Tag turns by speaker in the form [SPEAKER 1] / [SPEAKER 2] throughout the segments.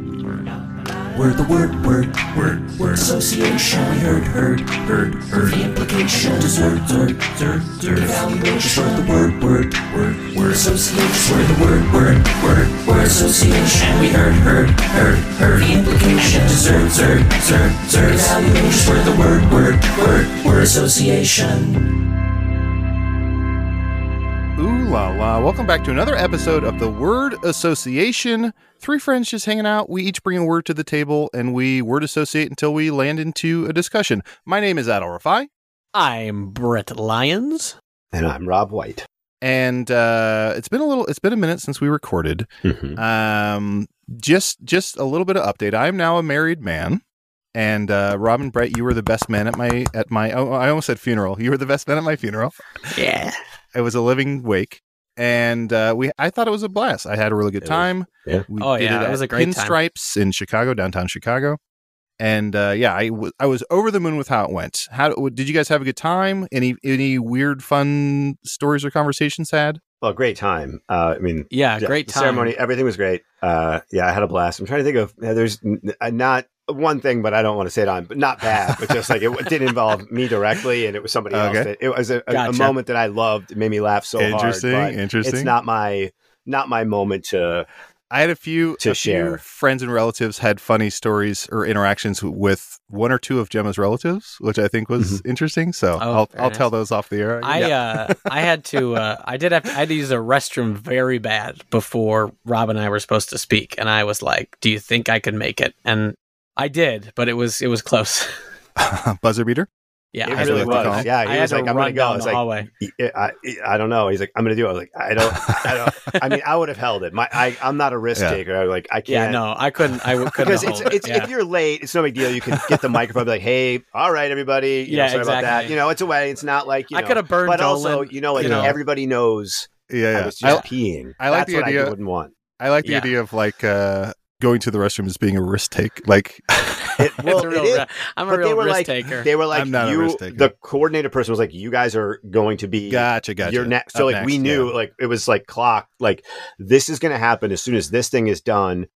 [SPEAKER 1] We're the word, word, word, word association. We heard, heard, heard, heard. The implication, dessert, dessert, dessert, dessert. Evaluation. We're the word, word, word, word association. We're the word, word, word, word association. We heard, heard, heard, heard. The implication, dessert, dessert, dessert, dessert. Evaluation. We're the word, word, word, word association.
[SPEAKER 2] Ooh la la. Welcome back to another episode of the Word Association. Three friends just hanging out. We each bring a word to the table and we word associate until we land into a discussion. My name is Adol Rafai.
[SPEAKER 3] I'm Brett Lyons.
[SPEAKER 4] And I'm Rob White.
[SPEAKER 2] And uh, it's been a little it's been a minute since we recorded. Um just just a little bit of update. I am now a married man. And uh, Rob and Brett, you were the best man at my at my oh, I almost said funeral. You were the best man at my funeral.
[SPEAKER 3] Yeah.
[SPEAKER 2] It was a living wake, and uh, we I thought it was a blast. I had a really good
[SPEAKER 4] It was-
[SPEAKER 2] time.
[SPEAKER 4] yeah.
[SPEAKER 2] We
[SPEAKER 3] Oh, yeah, it
[SPEAKER 2] at
[SPEAKER 3] was a great time.
[SPEAKER 2] Pinstripes in Chicago, downtown Chicago, and uh, yeah, I wa- I was over the moon with how it went. How did you guys have a good time? Any any weird fun stories or conversations had?
[SPEAKER 4] Well, great time. Uh, I mean,
[SPEAKER 3] Yeah,
[SPEAKER 4] yeah,
[SPEAKER 3] great
[SPEAKER 4] the
[SPEAKER 3] time.
[SPEAKER 4] ceremony. Everything was great. Uh, yeah, I had a blast. I'm trying to think of yeah, there's n- uh, not one thing, but I don't want to say it on, but not bad, but just like it, w- didn't involve me directly, and it was somebody
[SPEAKER 2] Okay.
[SPEAKER 4] else. That, it was a, a, a
[SPEAKER 3] Gotcha.
[SPEAKER 4] moment that I loved. It made me laugh so
[SPEAKER 2] interesting,
[SPEAKER 4] hard. but
[SPEAKER 2] interesting.
[SPEAKER 4] It's not my not my moment to.
[SPEAKER 2] I had a few
[SPEAKER 4] To
[SPEAKER 2] a few
[SPEAKER 4] share.
[SPEAKER 2] friends and relatives had funny stories or interactions with one or two of Gemma's relatives, which I think was
[SPEAKER 4] Mm-hmm.
[SPEAKER 2] interesting. So
[SPEAKER 3] Oh,
[SPEAKER 2] I'll
[SPEAKER 3] very
[SPEAKER 2] I'll
[SPEAKER 3] nice.
[SPEAKER 2] tell those off the air.
[SPEAKER 3] I uh, I had to uh, I did have to, I had to use a restroom very bad before Rob and I were supposed to speak, and I was like, "Do you think I could make it?" And I did, but it was it was close. uh,
[SPEAKER 2] buzzer beater.
[SPEAKER 3] yeah,
[SPEAKER 4] It
[SPEAKER 3] I
[SPEAKER 4] really
[SPEAKER 2] like to call.
[SPEAKER 4] was. Yeah,
[SPEAKER 3] I
[SPEAKER 4] he
[SPEAKER 3] had
[SPEAKER 4] was
[SPEAKER 3] to
[SPEAKER 4] like, "I'm
[SPEAKER 3] run
[SPEAKER 4] gonna go." I
[SPEAKER 3] down
[SPEAKER 4] was
[SPEAKER 3] the
[SPEAKER 4] like,
[SPEAKER 3] hallway.
[SPEAKER 4] I, I, I don't know. He's like, I'm gonna do. It. I was like, I don't. I don't. I mean, I would have held it. My, I, I'm not a risk
[SPEAKER 2] Yeah.
[SPEAKER 4] taker. I like, I can't.
[SPEAKER 3] Yeah, no, I couldn't. I w- couldn't
[SPEAKER 4] because
[SPEAKER 3] hold it.
[SPEAKER 4] it's, it's
[SPEAKER 3] yeah.
[SPEAKER 4] if you're late, it's no big deal. You can get the microphone, be like, "Hey, all right, everybody, you know,
[SPEAKER 3] Yeah,
[SPEAKER 4] sorry about that."
[SPEAKER 3] exactly.
[SPEAKER 4] You know, it's a way. It's not like you
[SPEAKER 3] I
[SPEAKER 4] know,
[SPEAKER 3] coulda burned
[SPEAKER 4] but also,
[SPEAKER 3] Dolan,
[SPEAKER 4] you know, like,
[SPEAKER 3] you know.
[SPEAKER 4] everybody knows
[SPEAKER 2] Yeah,
[SPEAKER 4] I
[SPEAKER 2] yeah.
[SPEAKER 4] was
[SPEAKER 2] I,
[SPEAKER 4] just peeing.
[SPEAKER 2] I like
[SPEAKER 4] That's
[SPEAKER 2] the
[SPEAKER 4] what
[SPEAKER 2] idea-
[SPEAKER 4] I wouldn't want.
[SPEAKER 2] I like the
[SPEAKER 3] Yeah.
[SPEAKER 2] idea of like uh, going to the restroom as being a risk take. Like,
[SPEAKER 4] It, well,
[SPEAKER 3] it's a real,
[SPEAKER 4] it is,
[SPEAKER 3] ri- I'm a
[SPEAKER 4] but they
[SPEAKER 3] real
[SPEAKER 4] were
[SPEAKER 3] risk
[SPEAKER 4] like,
[SPEAKER 3] taker.
[SPEAKER 4] they were like,
[SPEAKER 2] I'm not a
[SPEAKER 4] you,
[SPEAKER 2] risk taker.
[SPEAKER 4] the coordinator person was like, "You guys are going to be."
[SPEAKER 2] gotcha, gotcha.
[SPEAKER 4] You're next.
[SPEAKER 2] Up
[SPEAKER 4] So like we
[SPEAKER 2] next,
[SPEAKER 4] knew
[SPEAKER 2] yeah.
[SPEAKER 4] like it was like clock. Like this is going to happen as soon as this thing is done.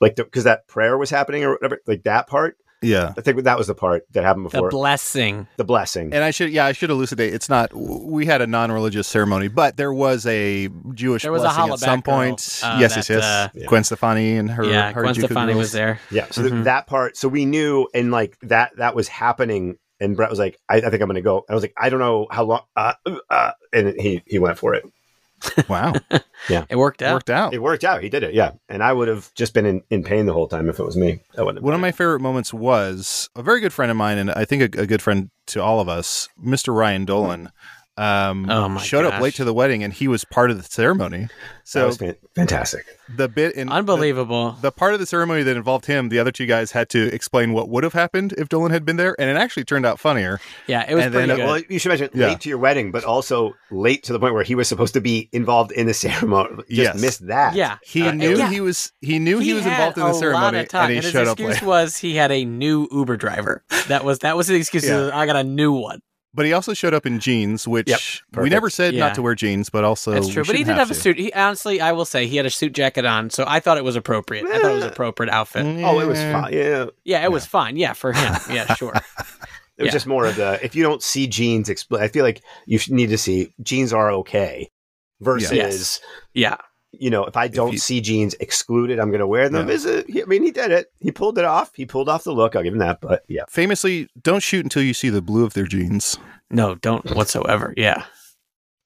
[SPEAKER 4] Like because that prayer was happening or whatever. Like that part.
[SPEAKER 2] Yeah.
[SPEAKER 4] I think that was the part that happened
[SPEAKER 3] the
[SPEAKER 4] before the,
[SPEAKER 3] blessing.
[SPEAKER 4] blessing.
[SPEAKER 2] And I should, yeah, I should elucidate. It's not. We had a non-religious ceremony, but there was a Jewish
[SPEAKER 3] There was a
[SPEAKER 2] blessing at
[SPEAKER 3] hollaback
[SPEAKER 2] some
[SPEAKER 3] girl,
[SPEAKER 2] point.
[SPEAKER 3] uh,
[SPEAKER 2] yes, yes,
[SPEAKER 3] that,
[SPEAKER 2] yes.
[SPEAKER 3] uh,
[SPEAKER 4] Yeah.
[SPEAKER 2] Gwen Stefani and her.
[SPEAKER 3] yeah,
[SPEAKER 2] her
[SPEAKER 3] Gwen
[SPEAKER 2] Jew
[SPEAKER 3] Stefani was
[SPEAKER 2] girls.
[SPEAKER 3] there.
[SPEAKER 4] Yeah. So th-
[SPEAKER 3] Mhm.
[SPEAKER 4] that part. So we knew, and like that, that was happening. And Brett was like, "I, I think I'm going to go." And I was like, "I don't know how long." Uh, uh, and he he went for it.
[SPEAKER 2] Wow,
[SPEAKER 3] It worked out.
[SPEAKER 2] worked out.
[SPEAKER 4] It worked out. He did it. Yeah. And I would have just been in, in pain the whole time if it was me. I wouldn't. have
[SPEAKER 2] One of
[SPEAKER 4] done it.
[SPEAKER 2] my favorite moments was a very good friend of mine, and I think a, a good friend to all of us, Mr. Ryan Dolan. Um,
[SPEAKER 3] Oh my
[SPEAKER 2] showed up
[SPEAKER 3] gosh.
[SPEAKER 2] late to the wedding, and he was part of the ceremony.
[SPEAKER 4] that
[SPEAKER 2] So
[SPEAKER 4] was fan- fantastic.
[SPEAKER 2] the bit in the-
[SPEAKER 3] Unbelievable.
[SPEAKER 2] the part of the ceremony that involved him, the other two guys had to explain what would have happened if Dolan had been there, and it actually turned out funnier.
[SPEAKER 3] yeah, it was
[SPEAKER 2] and
[SPEAKER 3] pretty
[SPEAKER 2] then
[SPEAKER 3] good.
[SPEAKER 2] it-
[SPEAKER 4] Well, you should mention
[SPEAKER 2] Yeah.
[SPEAKER 4] late to your wedding, but also late to the point where he was supposed to be involved in the ceremony. Just
[SPEAKER 2] Yes.
[SPEAKER 4] missed that.
[SPEAKER 3] yeah,
[SPEAKER 2] He
[SPEAKER 3] Uh, it
[SPEAKER 2] knew
[SPEAKER 3] was-
[SPEAKER 2] he was he knew he, was
[SPEAKER 3] had
[SPEAKER 2] involved in the
[SPEAKER 3] a lot
[SPEAKER 2] ceremony,
[SPEAKER 3] of time,
[SPEAKER 2] and he
[SPEAKER 3] his
[SPEAKER 2] showed up
[SPEAKER 3] excuse
[SPEAKER 2] late.
[SPEAKER 3] was he had a new Uber driver. That was that was his excuse. He
[SPEAKER 2] Yeah.
[SPEAKER 3] was, I got a new one.
[SPEAKER 2] But he also showed up in jeans, which
[SPEAKER 4] Yep,
[SPEAKER 2] we
[SPEAKER 4] perfect.
[SPEAKER 2] never said
[SPEAKER 3] Yeah.
[SPEAKER 2] not to wear jeans, but also
[SPEAKER 3] That's true.
[SPEAKER 2] we
[SPEAKER 3] But he
[SPEAKER 2] shouldn't
[SPEAKER 3] did have a
[SPEAKER 2] to.
[SPEAKER 3] suit. He honestly, I will say, he had a suit jacket on, so I thought it was appropriate. I thought it was Mm-hmm. appropriate outfit.
[SPEAKER 4] Oh, it was fine. Yeah.
[SPEAKER 3] Yeah, it was fine. Yeah, for him. Yeah, sure.
[SPEAKER 4] It was
[SPEAKER 3] Yeah.
[SPEAKER 4] just more of the if you don't see jeans, expl- I feel like you sh- need to see jeans are okay versus
[SPEAKER 3] Yes. Yeah,
[SPEAKER 4] you know if I don't
[SPEAKER 2] you-
[SPEAKER 4] see jeans excluded, I'm going to wear them.
[SPEAKER 2] Yeah.
[SPEAKER 4] Is it? I mean, he did it. He pulled it off. He pulled off the look. I'll give him that. But yeah,
[SPEAKER 2] Famously, don't shoot until you see the blue of their jeans.
[SPEAKER 3] no, don't whatsoever. Yeah.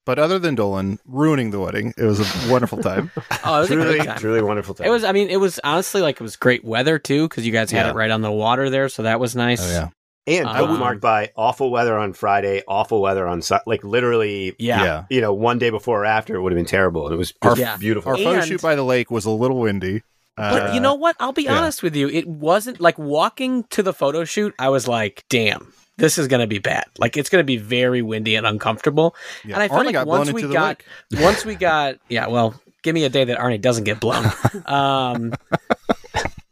[SPEAKER 2] But other than Dolan ruining the wedding, it was a wonderful time.
[SPEAKER 3] Oh, it was a
[SPEAKER 4] truly,
[SPEAKER 3] great time.
[SPEAKER 4] truly wonderful time.
[SPEAKER 3] It was. I mean, it was honestly like it was great weather too, because you guys had
[SPEAKER 2] Yeah.
[SPEAKER 3] it right on the water there, so that was nice.
[SPEAKER 2] Oh, yeah.
[SPEAKER 4] and
[SPEAKER 3] I would-
[SPEAKER 4] bookmarked by awful weather on Friday, awful weather on Sun. Like literally,
[SPEAKER 3] Yeah.
[SPEAKER 4] you know, one day before or after it would have been terrible, and it was just
[SPEAKER 3] Yeah.
[SPEAKER 4] beautiful.
[SPEAKER 2] Our photo
[SPEAKER 3] And-
[SPEAKER 2] shoot by the lake was a little windy. Uh,
[SPEAKER 3] But you know what? I'll be
[SPEAKER 2] yeah.
[SPEAKER 3] honest with you. It wasn't like walking to the photo shoot, I was like, damn, this is going to be bad. Like it's going to be very windy and uncomfortable.
[SPEAKER 2] Yeah.
[SPEAKER 3] And I felt
[SPEAKER 2] Arnie
[SPEAKER 3] like
[SPEAKER 2] got blown
[SPEAKER 3] once
[SPEAKER 2] into
[SPEAKER 3] we
[SPEAKER 2] the
[SPEAKER 3] got once we got yeah, well, give me a day that Arnie doesn't get blown. Um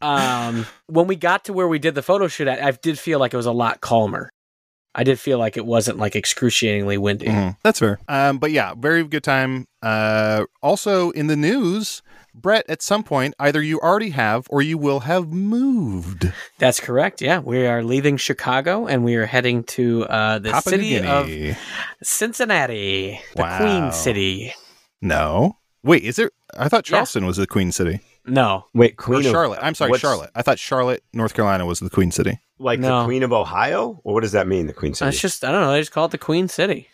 [SPEAKER 3] um when we got to where we did the photo shoot at, I did feel like it was a lot calmer. I did feel like it wasn't like excruciatingly windy.
[SPEAKER 2] Mhm. That's fair. Um, but yeah, very good time. Uh, also in the news, Brett, at some point, either you already have or you will have moved.
[SPEAKER 3] That's correct. Yeah, we are leaving Chicago and we are heading to uh, the
[SPEAKER 2] Papua New
[SPEAKER 3] city of
[SPEAKER 2] Guinea.
[SPEAKER 3] Cincinnati, the
[SPEAKER 2] Wow.
[SPEAKER 3] Queen City.
[SPEAKER 2] No. Wait, is there? I thought Charleston was the Queen City.
[SPEAKER 3] No,
[SPEAKER 4] Wait,
[SPEAKER 2] Or
[SPEAKER 4] Queen of
[SPEAKER 2] Charlotte. I'm sorry,
[SPEAKER 4] what's-
[SPEAKER 2] Charlotte. I thought Charlotte, North Carolina was the Queen City.
[SPEAKER 4] like the
[SPEAKER 3] No.
[SPEAKER 4] Queen of Ohio, or what does that mean? The Queen City.
[SPEAKER 3] it's just I don't know. They just call it the Queen City.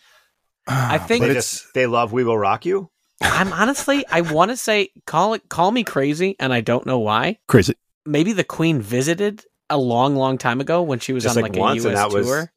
[SPEAKER 3] I think
[SPEAKER 4] they
[SPEAKER 2] Ah, But
[SPEAKER 4] just they love "We Will Rock You."
[SPEAKER 3] I'm honestly I want to say call it call me crazy, and I don't know why.
[SPEAKER 2] Crazy.
[SPEAKER 3] Maybe the Queen visited a long, long time ago when she was
[SPEAKER 4] Just
[SPEAKER 3] on
[SPEAKER 4] like
[SPEAKER 3] like,
[SPEAKER 4] once,
[SPEAKER 3] a
[SPEAKER 4] and
[SPEAKER 3] U.S.
[SPEAKER 4] that was-
[SPEAKER 3] tour.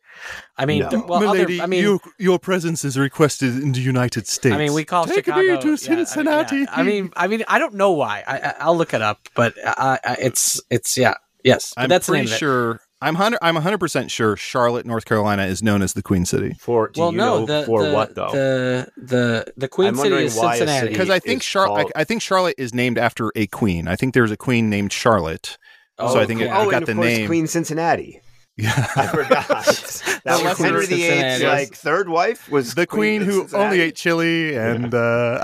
[SPEAKER 3] I mean,
[SPEAKER 4] No.
[SPEAKER 3] th- well, other, I mean,
[SPEAKER 2] your presence is requested in the United States.
[SPEAKER 3] I mean, we call Chicago. yeah, I mean, yeah. I mean, I mean, I don't know why. I, I, I'll look it up, but uh, I, I, it's it's yeah, yes. But
[SPEAKER 2] I'm
[SPEAKER 3] that's the
[SPEAKER 2] pretty
[SPEAKER 3] name of it.
[SPEAKER 2] sure. I'm hundred. I'm hundred percent sure Charlotte, North Carolina, is known as the Queen City
[SPEAKER 4] For do
[SPEAKER 3] Well,
[SPEAKER 4] you
[SPEAKER 3] no,
[SPEAKER 4] know
[SPEAKER 3] the,
[SPEAKER 4] for
[SPEAKER 3] the,
[SPEAKER 4] what though?
[SPEAKER 3] The the the Queen
[SPEAKER 4] I'm
[SPEAKER 3] City
[SPEAKER 4] wondering
[SPEAKER 3] is
[SPEAKER 4] why a
[SPEAKER 3] Cincinnati.
[SPEAKER 4] city-
[SPEAKER 2] because I think
[SPEAKER 4] It's
[SPEAKER 2] Char-
[SPEAKER 4] called-
[SPEAKER 2] I, I think Charlotte is named after a queen. I think there's a queen named Charlotte. so I think it-
[SPEAKER 4] oh,
[SPEAKER 2] I got
[SPEAKER 4] and of
[SPEAKER 2] the
[SPEAKER 4] course,
[SPEAKER 2] name.
[SPEAKER 4] Queen Cincinnati. I
[SPEAKER 2] Yeah,
[SPEAKER 4] forgot. that
[SPEAKER 2] Queen
[SPEAKER 4] was
[SPEAKER 2] of
[SPEAKER 4] Henry VIII's
[SPEAKER 3] Cincinnati.
[SPEAKER 4] like third wife was
[SPEAKER 2] the queen
[SPEAKER 4] of
[SPEAKER 2] who
[SPEAKER 4] Cincinnati.
[SPEAKER 2] only ate chili and uh,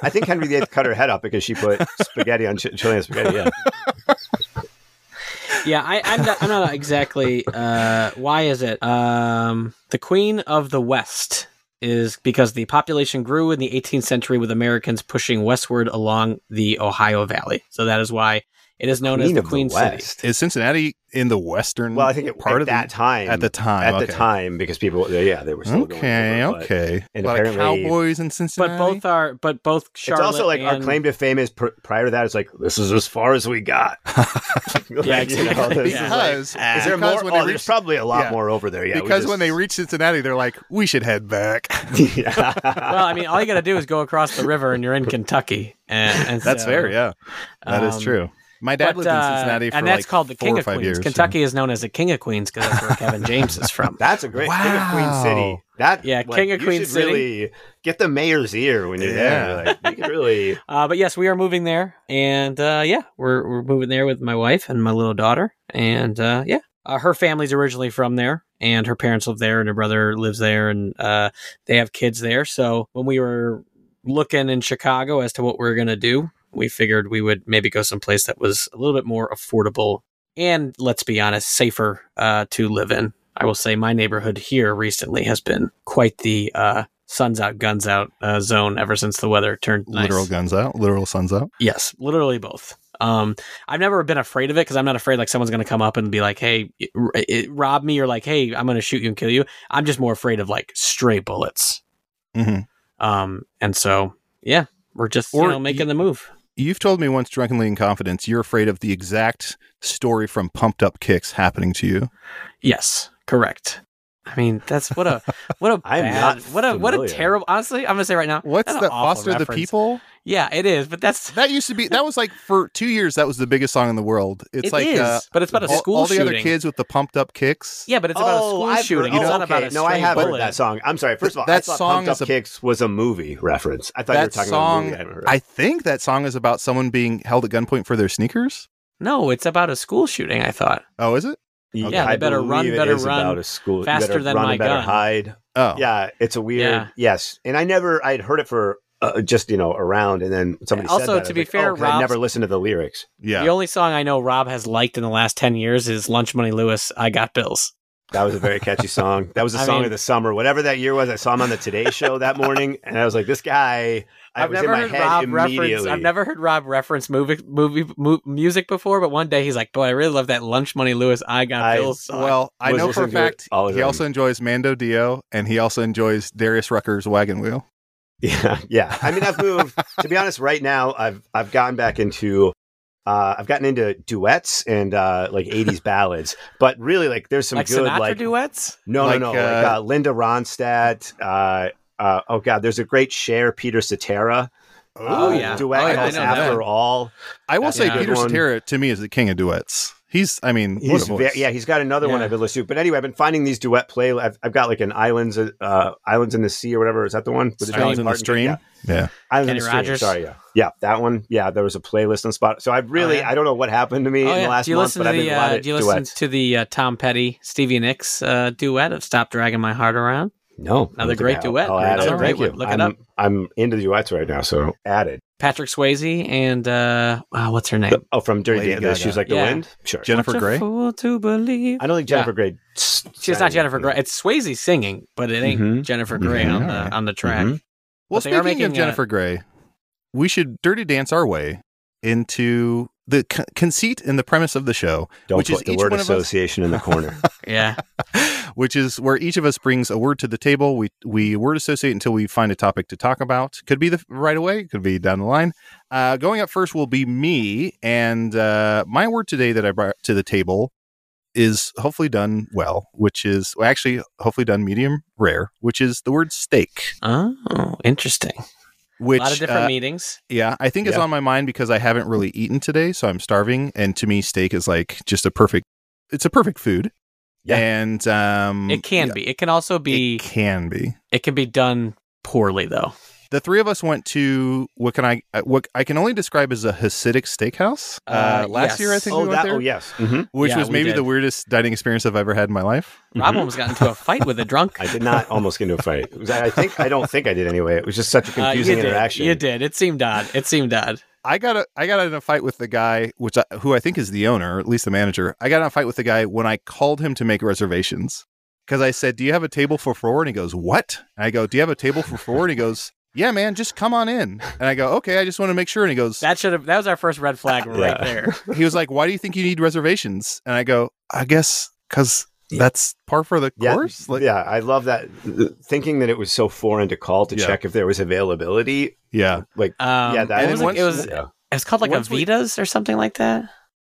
[SPEAKER 4] I think Henry VIII cut her head up because she put spaghetti on ch- Chilean spaghetti. Yeah,
[SPEAKER 3] yeah, I, I'm not, I'm not exactly. Uh, why is it? Um, the Queen of the West is because the population grew in the 18th century with Americans pushing westward along the Ohio Valley. So that is why it is known as the
[SPEAKER 4] of
[SPEAKER 3] Queen City.
[SPEAKER 4] West.
[SPEAKER 2] is Cincinnati in the western?
[SPEAKER 4] Well, I think it,
[SPEAKER 2] part
[SPEAKER 4] at
[SPEAKER 2] of the-
[SPEAKER 4] that time.
[SPEAKER 2] at the time
[SPEAKER 4] At
[SPEAKER 2] okay.
[SPEAKER 4] the time, because people, uh, yeah, they were still going
[SPEAKER 2] Okay,
[SPEAKER 4] over, but-
[SPEAKER 2] okay.
[SPEAKER 4] and
[SPEAKER 2] a lot of
[SPEAKER 4] apparently-
[SPEAKER 2] cowboys in
[SPEAKER 3] But
[SPEAKER 2] Cincinnati.
[SPEAKER 3] both are, but both
[SPEAKER 4] It's
[SPEAKER 3] Charlotte.
[SPEAKER 4] also like our
[SPEAKER 3] and-
[SPEAKER 4] claim to fame is pr- prior to that. It's like this is as far as we got. Like, you know,
[SPEAKER 3] exactly.
[SPEAKER 4] this is
[SPEAKER 3] Yeah.
[SPEAKER 4] like,
[SPEAKER 2] because
[SPEAKER 4] is there
[SPEAKER 2] because
[SPEAKER 4] more?
[SPEAKER 2] when they
[SPEAKER 4] Oh, there's
[SPEAKER 2] reach-
[SPEAKER 4] probably a lot
[SPEAKER 2] yeah.
[SPEAKER 4] more over there. Yeah, we
[SPEAKER 2] because when they
[SPEAKER 4] just-
[SPEAKER 2] reach Cincinnati, they're like, we should head back.
[SPEAKER 4] yeah.
[SPEAKER 3] Well, I mean, all you got to do is go across the river and you're in Kentucky. And, and
[SPEAKER 2] That's
[SPEAKER 3] so,
[SPEAKER 2] fair. Yeah, that is
[SPEAKER 3] um,
[SPEAKER 2] true. My dad
[SPEAKER 3] but,
[SPEAKER 2] lived in
[SPEAKER 3] uh,
[SPEAKER 2] Cincinnati for
[SPEAKER 3] and that's
[SPEAKER 2] like
[SPEAKER 3] called the
[SPEAKER 2] four
[SPEAKER 3] King
[SPEAKER 2] or
[SPEAKER 3] of
[SPEAKER 2] five
[SPEAKER 3] Queens.
[SPEAKER 2] years. so-
[SPEAKER 3] Kentucky is known as the King of Queens because that's where Kevin James is from.
[SPEAKER 4] That's a great King of Queen
[SPEAKER 2] Wow.
[SPEAKER 4] City. That
[SPEAKER 3] Yeah,
[SPEAKER 4] like,
[SPEAKER 3] King of
[SPEAKER 4] you
[SPEAKER 3] Queen
[SPEAKER 4] should
[SPEAKER 3] City.
[SPEAKER 4] Really get the mayor's ear when you're there.
[SPEAKER 2] Yeah.
[SPEAKER 4] Like, you can really.
[SPEAKER 3] Uh, but yes, we are moving there, and uh, yeah, we're we're moving there with my wife and my little daughter, and uh, yeah, uh, her family's originally from there, and her parents live there, and her brother lives there, and uh, they have kids there. So when we were looking in Chicago as to what we are gonna do, we figured we would maybe go someplace that was a little bit more affordable and let's be honest, safer uh, to live in. I will say my neighborhood here recently has been quite the uh, suns out, guns out uh, zone ever since the weather turned nice.
[SPEAKER 2] Literal guns out, literal suns out.
[SPEAKER 3] Yes, literally both. Um, I've never been afraid of it because I'm not afraid like someone's going to come up and be like, "Hey, it, it, rob me," or like, "Hey, I'm going to shoot you and kill you." I'm just more afraid of like stray bullets.
[SPEAKER 2] hmm
[SPEAKER 3] Um, and so yeah, we're just
[SPEAKER 2] Or
[SPEAKER 3] you know making
[SPEAKER 2] y-
[SPEAKER 3] the move.
[SPEAKER 2] You've told me once, drunkenly in confidence, you're afraid of the exact story from Pumped Up Kicks happening to you.
[SPEAKER 3] Yes, correct. I mean, that's what a what a
[SPEAKER 4] I'm
[SPEAKER 3] bad,
[SPEAKER 4] not
[SPEAKER 3] what a what a
[SPEAKER 4] familiar.
[SPEAKER 3] terrible. Honestly, I'm gonna say right now,
[SPEAKER 2] What's
[SPEAKER 3] that's an
[SPEAKER 2] the
[SPEAKER 3] awful
[SPEAKER 2] Foster the
[SPEAKER 3] reference.
[SPEAKER 2] People?
[SPEAKER 3] Yeah, it is, but that's
[SPEAKER 2] That used to be. That was like for two years. That was the biggest song in the world. It's
[SPEAKER 3] it's
[SPEAKER 2] like uh,
[SPEAKER 3] but it's about a
[SPEAKER 2] all,
[SPEAKER 3] school
[SPEAKER 2] all the
[SPEAKER 3] shooting.
[SPEAKER 2] other kids with the pumped up kicks.
[SPEAKER 3] Yeah, but it's about a
[SPEAKER 4] Oh,
[SPEAKER 3] school
[SPEAKER 4] I've heard-
[SPEAKER 3] shooting. it's
[SPEAKER 4] oh,
[SPEAKER 3] not
[SPEAKER 4] okay.
[SPEAKER 3] about a
[SPEAKER 4] No, I
[SPEAKER 3] stray
[SPEAKER 4] have
[SPEAKER 3] bullet.
[SPEAKER 4] heard that song. I'm sorry. First of all,
[SPEAKER 2] That
[SPEAKER 4] I thought
[SPEAKER 2] song
[SPEAKER 4] Pumped
[SPEAKER 2] is a-
[SPEAKER 4] Up Kicks was a movie reference. I thought you were
[SPEAKER 2] that
[SPEAKER 4] talking
[SPEAKER 2] song.
[SPEAKER 4] about a movie.
[SPEAKER 2] I think that song is about someone being held at gunpoint for their sneakers.
[SPEAKER 3] No, it's about a school shooting. I thought.
[SPEAKER 2] Oh, is it?
[SPEAKER 4] I,
[SPEAKER 2] yeah,
[SPEAKER 3] they better run,
[SPEAKER 4] believe it
[SPEAKER 3] better
[SPEAKER 4] is
[SPEAKER 3] run
[SPEAKER 4] about a school. you
[SPEAKER 3] faster
[SPEAKER 4] better
[SPEAKER 3] than
[SPEAKER 4] run
[SPEAKER 3] my
[SPEAKER 4] and better
[SPEAKER 3] gun.
[SPEAKER 4] Hide.
[SPEAKER 2] Oh,
[SPEAKER 4] Yeah, it's a weird.
[SPEAKER 3] Yeah.
[SPEAKER 4] Yes, and I never. I'd heard it for uh, just you know around, and then somebody.
[SPEAKER 3] Also,
[SPEAKER 4] said that. I
[SPEAKER 3] to
[SPEAKER 4] was
[SPEAKER 3] be
[SPEAKER 4] like,
[SPEAKER 3] fair,
[SPEAKER 4] oh, 'cause I
[SPEAKER 3] Rob's-
[SPEAKER 4] never listened to the lyrics.
[SPEAKER 2] yeah.
[SPEAKER 3] The only song I know Rob has liked in the last ten years is "Lunch Money Lewis." I got bills.
[SPEAKER 4] That was a very catchy song. That was the
[SPEAKER 3] I
[SPEAKER 4] song
[SPEAKER 3] mean-
[SPEAKER 4] of the summer, whatever that year was. I saw him on the Today Show that morning, and I was like, "This guy." I
[SPEAKER 3] I've
[SPEAKER 4] was
[SPEAKER 3] never
[SPEAKER 4] in my
[SPEAKER 3] heard
[SPEAKER 4] head
[SPEAKER 3] Rob reference.
[SPEAKER 4] immediately.
[SPEAKER 3] I've never heard Rob reference movie movie mu- music before, but one day he's like, "Boy, I really love that Lunch Money Lewis." I got
[SPEAKER 4] I-
[SPEAKER 3] bills. song."
[SPEAKER 2] Well, I
[SPEAKER 4] Uh, was
[SPEAKER 2] know for a
[SPEAKER 4] listening to it
[SPEAKER 2] fact
[SPEAKER 4] all the
[SPEAKER 2] he
[SPEAKER 4] time.
[SPEAKER 2] also enjoys Mando Dio, and he also enjoys Darius Rucker's Wagon Wheel.
[SPEAKER 4] Yeah, yeah. I mean, I've moved. to be honest, right now, I've I've gotten back into Uh, I've gotten into duets and uh, like 80s ballads, but really, like, there's some
[SPEAKER 3] like
[SPEAKER 4] good,
[SPEAKER 3] Sinatra
[SPEAKER 4] like,
[SPEAKER 3] duets.
[SPEAKER 4] no,
[SPEAKER 2] Like,
[SPEAKER 4] no, no, like
[SPEAKER 2] uh,
[SPEAKER 4] uh, Linda Ronstadt. Uh, uh, oh God, there's a great share Peter Cetera.
[SPEAKER 3] Oh,
[SPEAKER 4] uh,
[SPEAKER 3] yeah.
[SPEAKER 4] duet
[SPEAKER 2] Oh, yeah, I
[SPEAKER 4] called
[SPEAKER 2] know that.
[SPEAKER 4] After All.
[SPEAKER 2] I will say
[SPEAKER 3] Yeah.
[SPEAKER 2] Peter
[SPEAKER 4] Good one.
[SPEAKER 2] Cetera to me is the king of duets. He's, I mean, what
[SPEAKER 4] He's
[SPEAKER 2] a voice.
[SPEAKER 4] ve- yeah, he's got another one
[SPEAKER 3] Yeah.
[SPEAKER 4] I've been listening to. But anyway, I've been finding these duet play. I've, I've got like an islands, uh, islands in the sea or whatever. Is that the one? With Dolly
[SPEAKER 2] Islands in the
[SPEAKER 4] Parton?
[SPEAKER 2] stream.
[SPEAKER 4] Yeah.
[SPEAKER 2] Yeah.
[SPEAKER 4] Islands in
[SPEAKER 3] Kenny
[SPEAKER 4] the stream.
[SPEAKER 3] Rogers. Oh,
[SPEAKER 4] Sorry, yeah, yeah, that one. Yeah, there was a playlist on spot. So I really,
[SPEAKER 3] yeah. Oh,
[SPEAKER 4] I don't know what happened to me in the last
[SPEAKER 3] do you
[SPEAKER 4] month,
[SPEAKER 3] listen
[SPEAKER 4] but I've
[SPEAKER 3] to
[SPEAKER 4] been
[SPEAKER 3] the
[SPEAKER 4] a lot
[SPEAKER 3] uh,
[SPEAKER 4] of
[SPEAKER 3] Do you listen
[SPEAKER 4] duets.
[SPEAKER 3] to the uh, Tom Petty Stevie Nicks uh, duet of "Stop Dragging My Heart Around"?
[SPEAKER 4] No,
[SPEAKER 3] Another great duet. Another great
[SPEAKER 4] Thank you.
[SPEAKER 3] one. Look it
[SPEAKER 4] I'm,
[SPEAKER 3] up.
[SPEAKER 4] I'm into the duets right now, so added.
[SPEAKER 3] Patrick Swayze and uh, wow, what's her name?
[SPEAKER 4] Oh, from Dirty
[SPEAKER 2] Lady
[SPEAKER 4] Dancing,
[SPEAKER 2] Gaga.
[SPEAKER 4] she's like the
[SPEAKER 3] Yeah.
[SPEAKER 4] wind. Sure,
[SPEAKER 2] Jennifer
[SPEAKER 3] Such a
[SPEAKER 2] Grey.
[SPEAKER 3] fool to believe.
[SPEAKER 4] I don't think Jennifer
[SPEAKER 3] Yeah.
[SPEAKER 4] Grey.
[SPEAKER 3] She's not Jennifer Grey. It's Swayze singing, but it ain't
[SPEAKER 4] Mhm.
[SPEAKER 3] Jennifer Grey
[SPEAKER 4] Mhm.
[SPEAKER 3] on the
[SPEAKER 2] Alright.
[SPEAKER 3] on the track.
[SPEAKER 4] Mhm.
[SPEAKER 2] Well,
[SPEAKER 3] But they are
[SPEAKER 2] speaking of
[SPEAKER 3] making, uh,
[SPEAKER 2] Jennifer Grey, we should dirty dance our way into the con- conceit and the premise of the show,
[SPEAKER 4] Don't
[SPEAKER 2] which
[SPEAKER 4] put
[SPEAKER 2] is
[SPEAKER 4] the
[SPEAKER 2] each
[SPEAKER 4] word
[SPEAKER 2] one of us,
[SPEAKER 4] association in the corner.
[SPEAKER 3] Yeah,
[SPEAKER 2] which is where each of us brings a word to the table. We we word associate until we find a topic to talk about. Could be the right away, could be down the line. Uh, going up first will be me, and uh, my word today that I brought to the table is hopefully done well, which is well, actually hopefully done medium rare, which is the word steak,
[SPEAKER 3] Oh, interesting.
[SPEAKER 2] which
[SPEAKER 3] a lot of different
[SPEAKER 2] uh,
[SPEAKER 3] meetings.
[SPEAKER 2] Yeah, I think it's
[SPEAKER 4] Yeah.
[SPEAKER 2] on my mind because I haven't really eaten today, so I'm starving. And to me, steak is like just a perfect. It's a perfect food.
[SPEAKER 4] Yeah.
[SPEAKER 2] and um,
[SPEAKER 4] mm,
[SPEAKER 3] It can be. It can also
[SPEAKER 2] It
[SPEAKER 3] be. It
[SPEAKER 2] can be.
[SPEAKER 3] can be done poorly though.
[SPEAKER 2] The three of us went to what can I uh, what I can only describe as a Hasidic steakhouse uh,
[SPEAKER 3] Uh,
[SPEAKER 2] last
[SPEAKER 3] yes.
[SPEAKER 2] year. I think we
[SPEAKER 4] oh,
[SPEAKER 2] went
[SPEAKER 4] that.
[SPEAKER 2] there,
[SPEAKER 4] Oh, yes. Mhm.
[SPEAKER 2] which
[SPEAKER 3] Yeah,
[SPEAKER 2] was
[SPEAKER 3] we
[SPEAKER 2] maybe
[SPEAKER 3] did.
[SPEAKER 2] the weirdest dining experience I've ever had in my life.
[SPEAKER 3] Rob
[SPEAKER 4] Mhm.
[SPEAKER 3] almost got into a fight with a drunk.
[SPEAKER 4] I did not almost get into a fight. It was- I think I don't think I did anyway. It was just such a
[SPEAKER 3] Uh,
[SPEAKER 4] confusing
[SPEAKER 3] you
[SPEAKER 4] interaction.
[SPEAKER 3] Did. You did. It seemed odd. It seemed odd.
[SPEAKER 2] I got a I got in a fight with the guy, which I, who I think is the owner, or at least the manager. I got in a fight with the guy when I called him to make reservations because I said, "Do you have a table for four? And he goes, "What?" And I go, "Do you have a table for four? And he goes, "Yeah, man, just come on in." And I go, "Okay, I just want to make sure." And he goes,
[SPEAKER 3] That should have. That was our first red flag right
[SPEAKER 4] Yeah.
[SPEAKER 3] there.
[SPEAKER 2] "He was like, why do you think you need reservations?" And I go, "I guess because that's par for the
[SPEAKER 4] Yeah,
[SPEAKER 2] course." Like,
[SPEAKER 4] yeah, I love that. Thinking that it was so foreign to call to
[SPEAKER 2] Yeah.
[SPEAKER 4] check if there was availability.
[SPEAKER 2] yeah.
[SPEAKER 4] Like,
[SPEAKER 3] Um,
[SPEAKER 4] yeah,
[SPEAKER 2] and
[SPEAKER 4] that
[SPEAKER 3] it was,
[SPEAKER 2] then
[SPEAKER 3] like- it
[SPEAKER 2] once-
[SPEAKER 3] was. It
[SPEAKER 4] yeah.
[SPEAKER 3] was called like
[SPEAKER 2] Once we-
[SPEAKER 3] Avitas or something like that.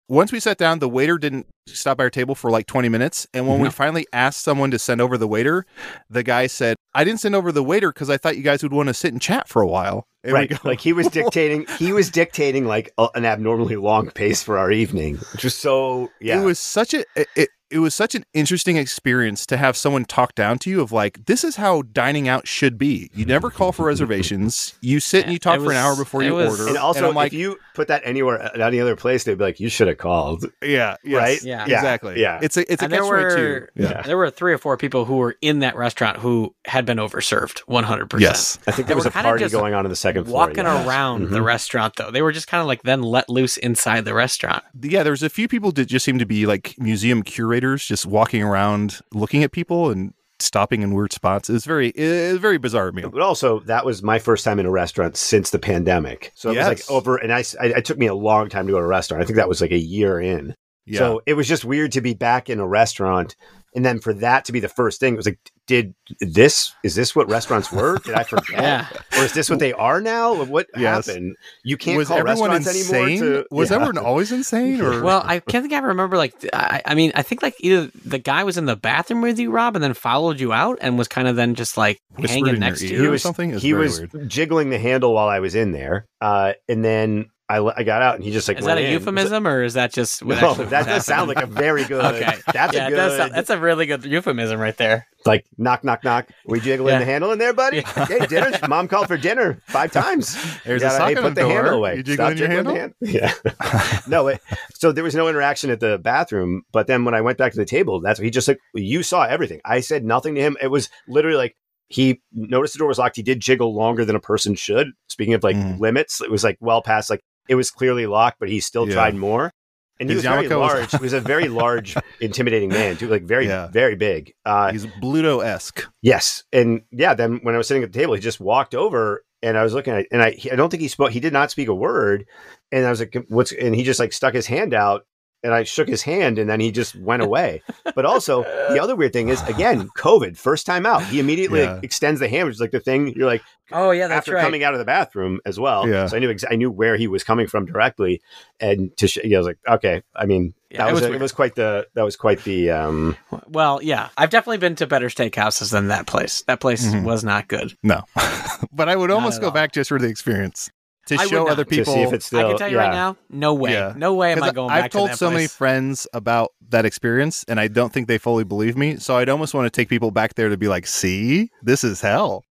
[SPEAKER 2] Once we sat down, the waiter didn't stop by our table for like 20 minutes. And when we
[SPEAKER 4] Mm-hmm.
[SPEAKER 2] finally asked someone to send over the waiter, the guy said, I didn't send over the waiter because I thought you guys would want to sit and chat for a while. And we
[SPEAKER 4] right.
[SPEAKER 2] go,
[SPEAKER 4] Like he was dictating. He was dictating like a, an abnormally long pace for our evening, which was so. Yeah,
[SPEAKER 2] It was such a it, it, it was such an interesting experience to have someone talk down to you of like, this is how dining out should be. You never call for reservations. You sit and you
[SPEAKER 3] It
[SPEAKER 2] talk for
[SPEAKER 3] was-
[SPEAKER 2] an hour before
[SPEAKER 3] it
[SPEAKER 2] you
[SPEAKER 3] was-
[SPEAKER 2] order.
[SPEAKER 4] and also
[SPEAKER 2] I'm like,
[SPEAKER 4] if you put that anywhere at any other place, they'd be like, "You should have called."
[SPEAKER 2] yeah, yes,
[SPEAKER 4] right?
[SPEAKER 3] Yeah.
[SPEAKER 4] Yeah,
[SPEAKER 2] exactly.
[SPEAKER 4] yeah.
[SPEAKER 2] it's a it's a
[SPEAKER 3] And there
[SPEAKER 2] catch were,
[SPEAKER 3] were-
[SPEAKER 4] Yeah.
[SPEAKER 3] There were three or four people who were in that restaurant who had been overserved. One hundred percent.
[SPEAKER 2] Yes,
[SPEAKER 4] I think
[SPEAKER 3] They
[SPEAKER 4] there was
[SPEAKER 3] were
[SPEAKER 4] a
[SPEAKER 3] kinda
[SPEAKER 4] party
[SPEAKER 3] just
[SPEAKER 4] going on in the second floor.
[SPEAKER 3] walking
[SPEAKER 4] yeah.
[SPEAKER 3] around the
[SPEAKER 4] Mhm.
[SPEAKER 3] restaurant though. They were just kind of like then let loose inside the restaurant.
[SPEAKER 2] yeah, there was a few people that just seemed to be like museum curators, just walking around, looking at people and stopping in weird spots. It was very, it was a very bizarre meal.
[SPEAKER 4] But also, that was my first time in a restaurant since the pandemic. So it was
[SPEAKER 2] Yes.
[SPEAKER 4] like over, and I, s- I- it took me a long time to go to a restaurant. I think that was like a year in.
[SPEAKER 2] Yeah,
[SPEAKER 4] So it was just weird to be back in a restaurant. And then for that to be the first thing, it was like, did this, is this what restaurants were? Did I forget?
[SPEAKER 3] Yeah.
[SPEAKER 4] Or is this what they are now? What
[SPEAKER 2] Yes.
[SPEAKER 4] happened? You can't
[SPEAKER 2] was
[SPEAKER 4] call
[SPEAKER 2] everyone
[SPEAKER 4] restaurants
[SPEAKER 2] insane?
[SPEAKER 4] anymore. To,
[SPEAKER 2] was
[SPEAKER 4] Yeah.
[SPEAKER 2] everyone always insane? Or
[SPEAKER 3] Well, I can't think I remember like th- I, I mean I think like either the guy was in the bathroom with you, Rob, and then followed you out and was kind of then just like
[SPEAKER 2] Whispered in
[SPEAKER 3] hanging
[SPEAKER 2] your
[SPEAKER 3] next to
[SPEAKER 2] ear.
[SPEAKER 3] you.
[SPEAKER 2] or something? It's
[SPEAKER 4] he
[SPEAKER 2] very
[SPEAKER 4] was
[SPEAKER 2] weird.
[SPEAKER 4] jiggling the handle while I was in there. Uh, and then I, le- I got out and he just like,
[SPEAKER 3] is that
[SPEAKER 4] went
[SPEAKER 3] a
[SPEAKER 4] in. It was like-
[SPEAKER 3] euphemism or is that just what
[SPEAKER 4] No,
[SPEAKER 3] actually
[SPEAKER 4] that does
[SPEAKER 3] was
[SPEAKER 4] sound
[SPEAKER 3] happening?
[SPEAKER 4] like a very good.
[SPEAKER 3] Okay.
[SPEAKER 4] That's
[SPEAKER 3] yeah,
[SPEAKER 4] a
[SPEAKER 3] it
[SPEAKER 4] good.
[SPEAKER 3] does sound- that's a really good euphemism right there.
[SPEAKER 4] like knock, knock, knock. We jiggling
[SPEAKER 3] Yeah.
[SPEAKER 4] the handle in there, buddy.
[SPEAKER 3] Yeah.
[SPEAKER 4] Hey, dinner. Mom called for dinner five times.
[SPEAKER 2] There's
[SPEAKER 4] You
[SPEAKER 2] a sock
[SPEAKER 4] hey,
[SPEAKER 2] on
[SPEAKER 4] put
[SPEAKER 2] the
[SPEAKER 4] the
[SPEAKER 2] door.
[SPEAKER 4] handle away.
[SPEAKER 2] You
[SPEAKER 4] Stop
[SPEAKER 2] jiggling your
[SPEAKER 4] the hand. Yeah. no, it, so there was no interaction at the bathroom. But then when I went back to the table, that's he just like you saw everything. I said nothing to him. It was literally like. He noticed the door was locked. He did jiggle longer than a person should. Speaking of like
[SPEAKER 2] Mm.
[SPEAKER 4] limits, it was like well past like it was clearly locked, but he still
[SPEAKER 2] Yeah.
[SPEAKER 4] tried more. And he was
[SPEAKER 2] His
[SPEAKER 4] very
[SPEAKER 2] yarmulke was-
[SPEAKER 4] large. he was a very large, intimidating man too. Like very,
[SPEAKER 2] Yeah.
[SPEAKER 4] very big. Uh,
[SPEAKER 2] he's Bluto esque.
[SPEAKER 4] Yes, and yeah. Then when I was sitting at the table, he just walked over, and I was looking at, and I, he, I don't think he spoke. He did not speak a word, and I was like, "What's?" And he just like stuck his hand out, and I shook his hand and then he just went away. but also, the other weird thing is again, COVID, first time out. He immediately
[SPEAKER 2] Yeah.
[SPEAKER 4] like, extends the hand, which is like the thing you're like
[SPEAKER 3] Oh yeah, that's
[SPEAKER 4] after
[SPEAKER 3] right.
[SPEAKER 4] coming out of the bathroom as well.
[SPEAKER 2] Yeah.
[SPEAKER 4] So I knew ex- I knew where he was coming from directly and to sh- yeah, I was like, okay, I mean,
[SPEAKER 3] Yeah,
[SPEAKER 4] that
[SPEAKER 3] it
[SPEAKER 4] was,
[SPEAKER 3] was
[SPEAKER 4] a- it
[SPEAKER 3] weird.
[SPEAKER 4] was quite the that was quite the um
[SPEAKER 3] well, yeah, I've definitely been to better steakhouses than that place. That place
[SPEAKER 4] Mm-hmm.
[SPEAKER 2] Mhm.
[SPEAKER 3] was not good.
[SPEAKER 2] No, but I would
[SPEAKER 3] Not
[SPEAKER 2] almost
[SPEAKER 3] at
[SPEAKER 2] go
[SPEAKER 3] all.
[SPEAKER 2] back just for the experience to
[SPEAKER 3] I would
[SPEAKER 2] show
[SPEAKER 3] not.
[SPEAKER 2] other people.
[SPEAKER 4] to see if it's still
[SPEAKER 3] I can tell you
[SPEAKER 4] yeah.
[SPEAKER 3] right now, no way,
[SPEAKER 2] Yeah.
[SPEAKER 3] no way am I
[SPEAKER 2] 'Cause
[SPEAKER 3] going
[SPEAKER 2] I've
[SPEAKER 3] back
[SPEAKER 2] told
[SPEAKER 3] to that
[SPEAKER 2] so many
[SPEAKER 3] place.
[SPEAKER 2] friends about that experience, and I don't think they fully believe me. So I'd almost want to take people back there to be like, "See, this is hell."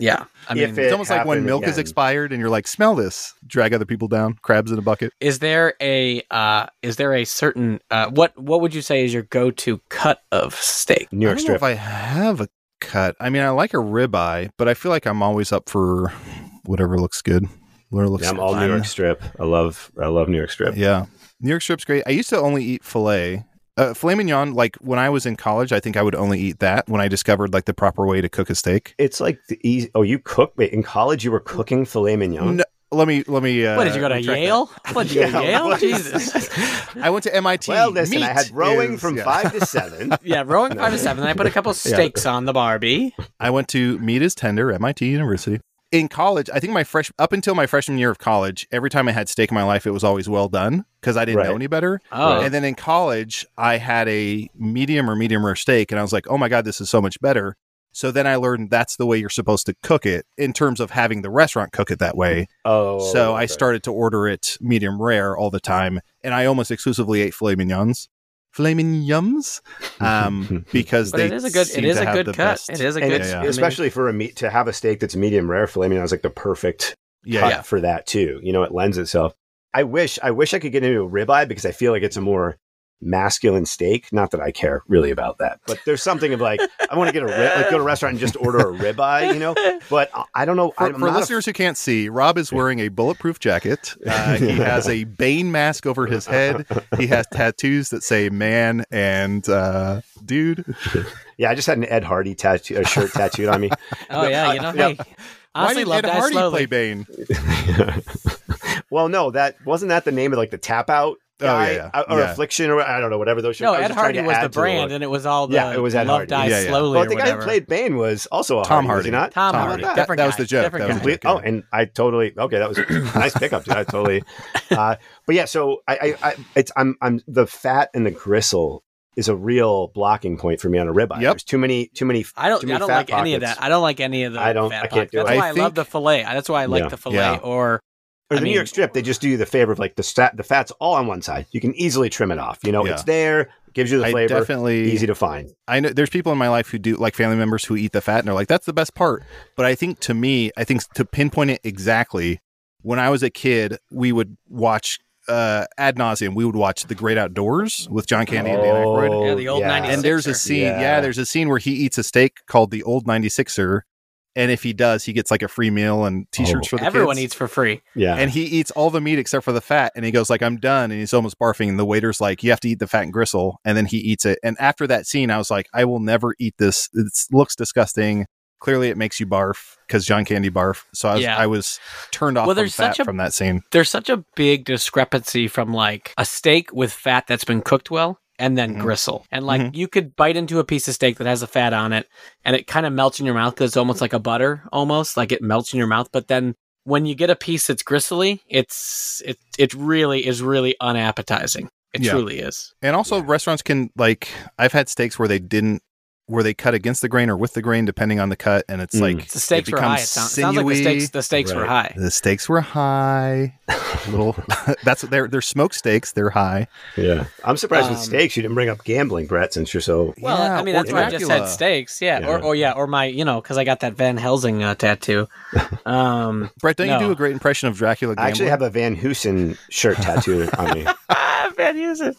[SPEAKER 3] yeah, I mean,
[SPEAKER 4] If
[SPEAKER 2] It's
[SPEAKER 4] It
[SPEAKER 2] almost like when
[SPEAKER 4] happened
[SPEAKER 2] milk is
[SPEAKER 4] again.
[SPEAKER 2] expired, and you're like, "Smell this." Drag other people down, crabs in a bucket.
[SPEAKER 3] Is there a uh, is there a certain uh, what what would you say is your go to cut of steak?
[SPEAKER 4] New
[SPEAKER 2] I
[SPEAKER 4] York
[SPEAKER 2] don't know
[SPEAKER 4] strip.
[SPEAKER 2] if I have a cut. I mean, I like a ribeye, but I feel like I'm always up for whatever looks good. Whatever looks
[SPEAKER 4] Yeah, I'm all New
[SPEAKER 2] fun.
[SPEAKER 4] York strip. I love I love New York strip.
[SPEAKER 2] Yeah. New York strip's great. I used to only eat filet. Uh, filet mignon, like when I was in college, I think I would only eat that when I discovered like the proper way to cook a steak.
[SPEAKER 4] It's like the easy. Oh, you cook? Wait, in college you were cooking filet mignon.
[SPEAKER 2] No, let me, let me. Uh,
[SPEAKER 3] what did you go to
[SPEAKER 2] retract that.
[SPEAKER 3] Yale? What did you go to
[SPEAKER 4] Yeah,
[SPEAKER 3] Yale?
[SPEAKER 4] what?
[SPEAKER 3] Jesus.
[SPEAKER 2] I went to MIT.
[SPEAKER 4] Well, listen, I
[SPEAKER 2] Meat
[SPEAKER 4] had rowing
[SPEAKER 2] is-
[SPEAKER 4] from
[SPEAKER 2] yeah.
[SPEAKER 4] five to seven.
[SPEAKER 3] yeah, rowing five to seven. I put a couple steaks on the Barbie.
[SPEAKER 2] I went to Meat is Tender, MIT University. In college, I think my fresh up until my freshman year of college, every time I had steak in my life, it was always well done because I didn't
[SPEAKER 4] Right.
[SPEAKER 2] know any better.
[SPEAKER 3] Oh,
[SPEAKER 2] And then in college, I had a medium or medium rare steak, and I was like, oh my God, this is so much better. So then I learned that's the way you're supposed to cook it in terms of having the restaurant cook it that way.
[SPEAKER 4] Oh,
[SPEAKER 2] so I
[SPEAKER 4] okay.
[SPEAKER 2] started to order it medium rare all the time, and I almost exclusively ate filet mignons. Filet mignons? Um, because
[SPEAKER 3] but
[SPEAKER 2] they
[SPEAKER 3] it is a good it
[SPEAKER 2] seem
[SPEAKER 3] is
[SPEAKER 2] to
[SPEAKER 3] a
[SPEAKER 2] have
[SPEAKER 3] good
[SPEAKER 2] the
[SPEAKER 3] cut.
[SPEAKER 2] best-
[SPEAKER 3] It is a
[SPEAKER 4] And
[SPEAKER 3] good,
[SPEAKER 4] it's,
[SPEAKER 2] yeah.
[SPEAKER 3] I mean,
[SPEAKER 4] especially for a meat to have a steak that's medium rare filet mignon is like the perfect
[SPEAKER 2] yeah,
[SPEAKER 4] cut
[SPEAKER 2] yeah.
[SPEAKER 4] for that too. You know, it lends itself. I wish I wish I could get into a ribeye because I feel like it's a more masculine steak. Not that I care really about that, but there's something of like I want to get a rib, like go to a restaurant and just order a ribeye. You know, but I- I don't know.
[SPEAKER 2] For,
[SPEAKER 4] I'm
[SPEAKER 2] for
[SPEAKER 4] not a-
[SPEAKER 2] listeners who can't see, Rob is wearing a bulletproof jacket. Uh, he has a Bane mask over his head. He has tattoos that say "man" and uh, "dude."
[SPEAKER 4] yeah, I just had an Ed Hardy tattoo, a shirt tattooed on me.
[SPEAKER 3] oh yeah, you know.
[SPEAKER 4] Yeah.
[SPEAKER 3] Hey, honestly,
[SPEAKER 2] Why
[SPEAKER 3] love
[SPEAKER 2] did Ed
[SPEAKER 3] that
[SPEAKER 2] Hardy play
[SPEAKER 3] slowly.
[SPEAKER 2] Bane?
[SPEAKER 4] well, no, that wasn't that the name of like the tap out.
[SPEAKER 2] Oh, yeah,
[SPEAKER 4] guy?
[SPEAKER 2] yeah.
[SPEAKER 4] Uh, or
[SPEAKER 2] Yeah.
[SPEAKER 4] affliction, or I don't know, whatever those. should-
[SPEAKER 3] no,
[SPEAKER 4] I
[SPEAKER 3] Ed
[SPEAKER 4] just trying
[SPEAKER 3] Hardy
[SPEAKER 4] to
[SPEAKER 3] was
[SPEAKER 4] add
[SPEAKER 3] the
[SPEAKER 4] to look.
[SPEAKER 3] brand, and it was all the
[SPEAKER 4] Yeah, it was Ed
[SPEAKER 3] Love
[SPEAKER 4] Hardy.
[SPEAKER 3] Dies
[SPEAKER 2] Yeah, yeah.
[SPEAKER 3] Slowly
[SPEAKER 4] Well,
[SPEAKER 3] or
[SPEAKER 4] the guy
[SPEAKER 3] whatever.
[SPEAKER 4] who played Bane was also a
[SPEAKER 2] Tom
[SPEAKER 4] was he
[SPEAKER 2] Hardy.
[SPEAKER 4] not?
[SPEAKER 3] Tom,
[SPEAKER 2] Tom
[SPEAKER 3] Hardy,
[SPEAKER 4] Hardy.
[SPEAKER 3] different
[SPEAKER 2] That was
[SPEAKER 3] guy,
[SPEAKER 2] the joke.
[SPEAKER 3] different
[SPEAKER 2] That was
[SPEAKER 3] guy.
[SPEAKER 2] the
[SPEAKER 4] Complete- oh, and I totally okay. That was nice pickup, dude. I totally. Uh, but yeah, so I, I, I, it's I'm, I'm the fat and the gristle is a real blocking point for me on a ribeye.
[SPEAKER 2] Yep.
[SPEAKER 4] There's too many, too many.
[SPEAKER 3] I don't.
[SPEAKER 4] too many
[SPEAKER 3] I don't
[SPEAKER 4] fat
[SPEAKER 3] like any of
[SPEAKER 4] pockets.
[SPEAKER 3] that. I don't like any of the.
[SPEAKER 4] I don't-
[SPEAKER 3] Fat
[SPEAKER 4] I
[SPEAKER 3] pockets.
[SPEAKER 4] can't do it.
[SPEAKER 3] That's why
[SPEAKER 2] I
[SPEAKER 3] I, love
[SPEAKER 2] think-
[SPEAKER 3] the fillet. That's why I like
[SPEAKER 4] Yeah.
[SPEAKER 3] the fillet.
[SPEAKER 2] Yeah.
[SPEAKER 3] Or
[SPEAKER 4] Or
[SPEAKER 3] I
[SPEAKER 4] the
[SPEAKER 3] mean-
[SPEAKER 4] New York strip, they just do you the favor of like the stat, the fat's all on one side. You can easily trim it off. You know,
[SPEAKER 2] Yeah.
[SPEAKER 4] it's there, gives you the
[SPEAKER 2] I
[SPEAKER 4] flavor,
[SPEAKER 2] definitely
[SPEAKER 4] easy to find.
[SPEAKER 2] I know there's people in my life who do like family members who eat the fat and they're like, that's the best part. But I think to me, I think to pinpoint it exactly, when I was a kid, we would watch uh, ad nauseum. We would watch The Great Outdoors with John Candy and Dan Aykroyd.
[SPEAKER 4] Oh,
[SPEAKER 3] Yeah, the old 90s.
[SPEAKER 2] And there's a scene, yeah.
[SPEAKER 4] Yeah.
[SPEAKER 2] there's a scene where he eats a steak called the Old 96er. And if he does, he gets like a free meal and t shirts for
[SPEAKER 4] Oh.
[SPEAKER 2] the
[SPEAKER 3] everyone
[SPEAKER 2] kids.
[SPEAKER 3] eats for free.
[SPEAKER 4] Yeah.
[SPEAKER 2] and he eats all the meat except for the fat and he goes like i'm done and he's almost barfing and the waiter's like you have to eat the fat and gristle and then he eats it and after that scene i was like i will never eat this it looks disgusting clearly it makes you barf because john candy barf so i was,
[SPEAKER 3] Yeah.
[SPEAKER 2] I was turned off
[SPEAKER 3] Well,
[SPEAKER 2] from,
[SPEAKER 3] there's
[SPEAKER 2] fat
[SPEAKER 3] such a-
[SPEAKER 2] from that scene
[SPEAKER 3] There's such a big discrepancy from like a steak with fat that's been cooked well and then
[SPEAKER 2] Mhm.
[SPEAKER 3] gristle. And like
[SPEAKER 2] Mhm.
[SPEAKER 3] you could bite into a piece of steak that has a fat on it and it kind of melts in your mouth because it's almost like a butter, almost like it melts in your mouth. But then when you get a piece that's gristly, it's it it really is really unappetizing. It
[SPEAKER 2] Yeah.
[SPEAKER 3] truly is.
[SPEAKER 2] and also restaurants can like i've had steaks where they didn't where they cut against the grain or with the grain depending on the cut and it's
[SPEAKER 4] Mm.
[SPEAKER 2] like
[SPEAKER 3] The stakes
[SPEAKER 2] it
[SPEAKER 3] were high. It
[SPEAKER 2] becomes
[SPEAKER 3] sounds, sounds like the
[SPEAKER 2] sinewy.
[SPEAKER 3] stakes the stakes were
[SPEAKER 4] Right.
[SPEAKER 3] high.
[SPEAKER 2] the steaks were high little that's what they're they're smoked steaks they're high
[SPEAKER 4] yeah. I'm surprised with
[SPEAKER 3] Um,
[SPEAKER 4] steaks you didn't bring up gambling, Brett, since you're so.
[SPEAKER 3] Well,
[SPEAKER 2] Yeah,
[SPEAKER 3] I mean,
[SPEAKER 2] or
[SPEAKER 3] that's why I just said
[SPEAKER 2] Dracula.
[SPEAKER 3] steaks. Yeah.
[SPEAKER 4] Yeah.
[SPEAKER 3] Or, or, yeah, or my, you know, because I got that Van Helsing uh, tattoo. Um,
[SPEAKER 2] Brett, don't you
[SPEAKER 3] No.
[SPEAKER 2] do a great impression of Dracula?
[SPEAKER 4] I
[SPEAKER 2] Gambler?
[SPEAKER 4] actually have a Van Hoosen shirt tattooed on me.
[SPEAKER 3] ah, Van Helsing.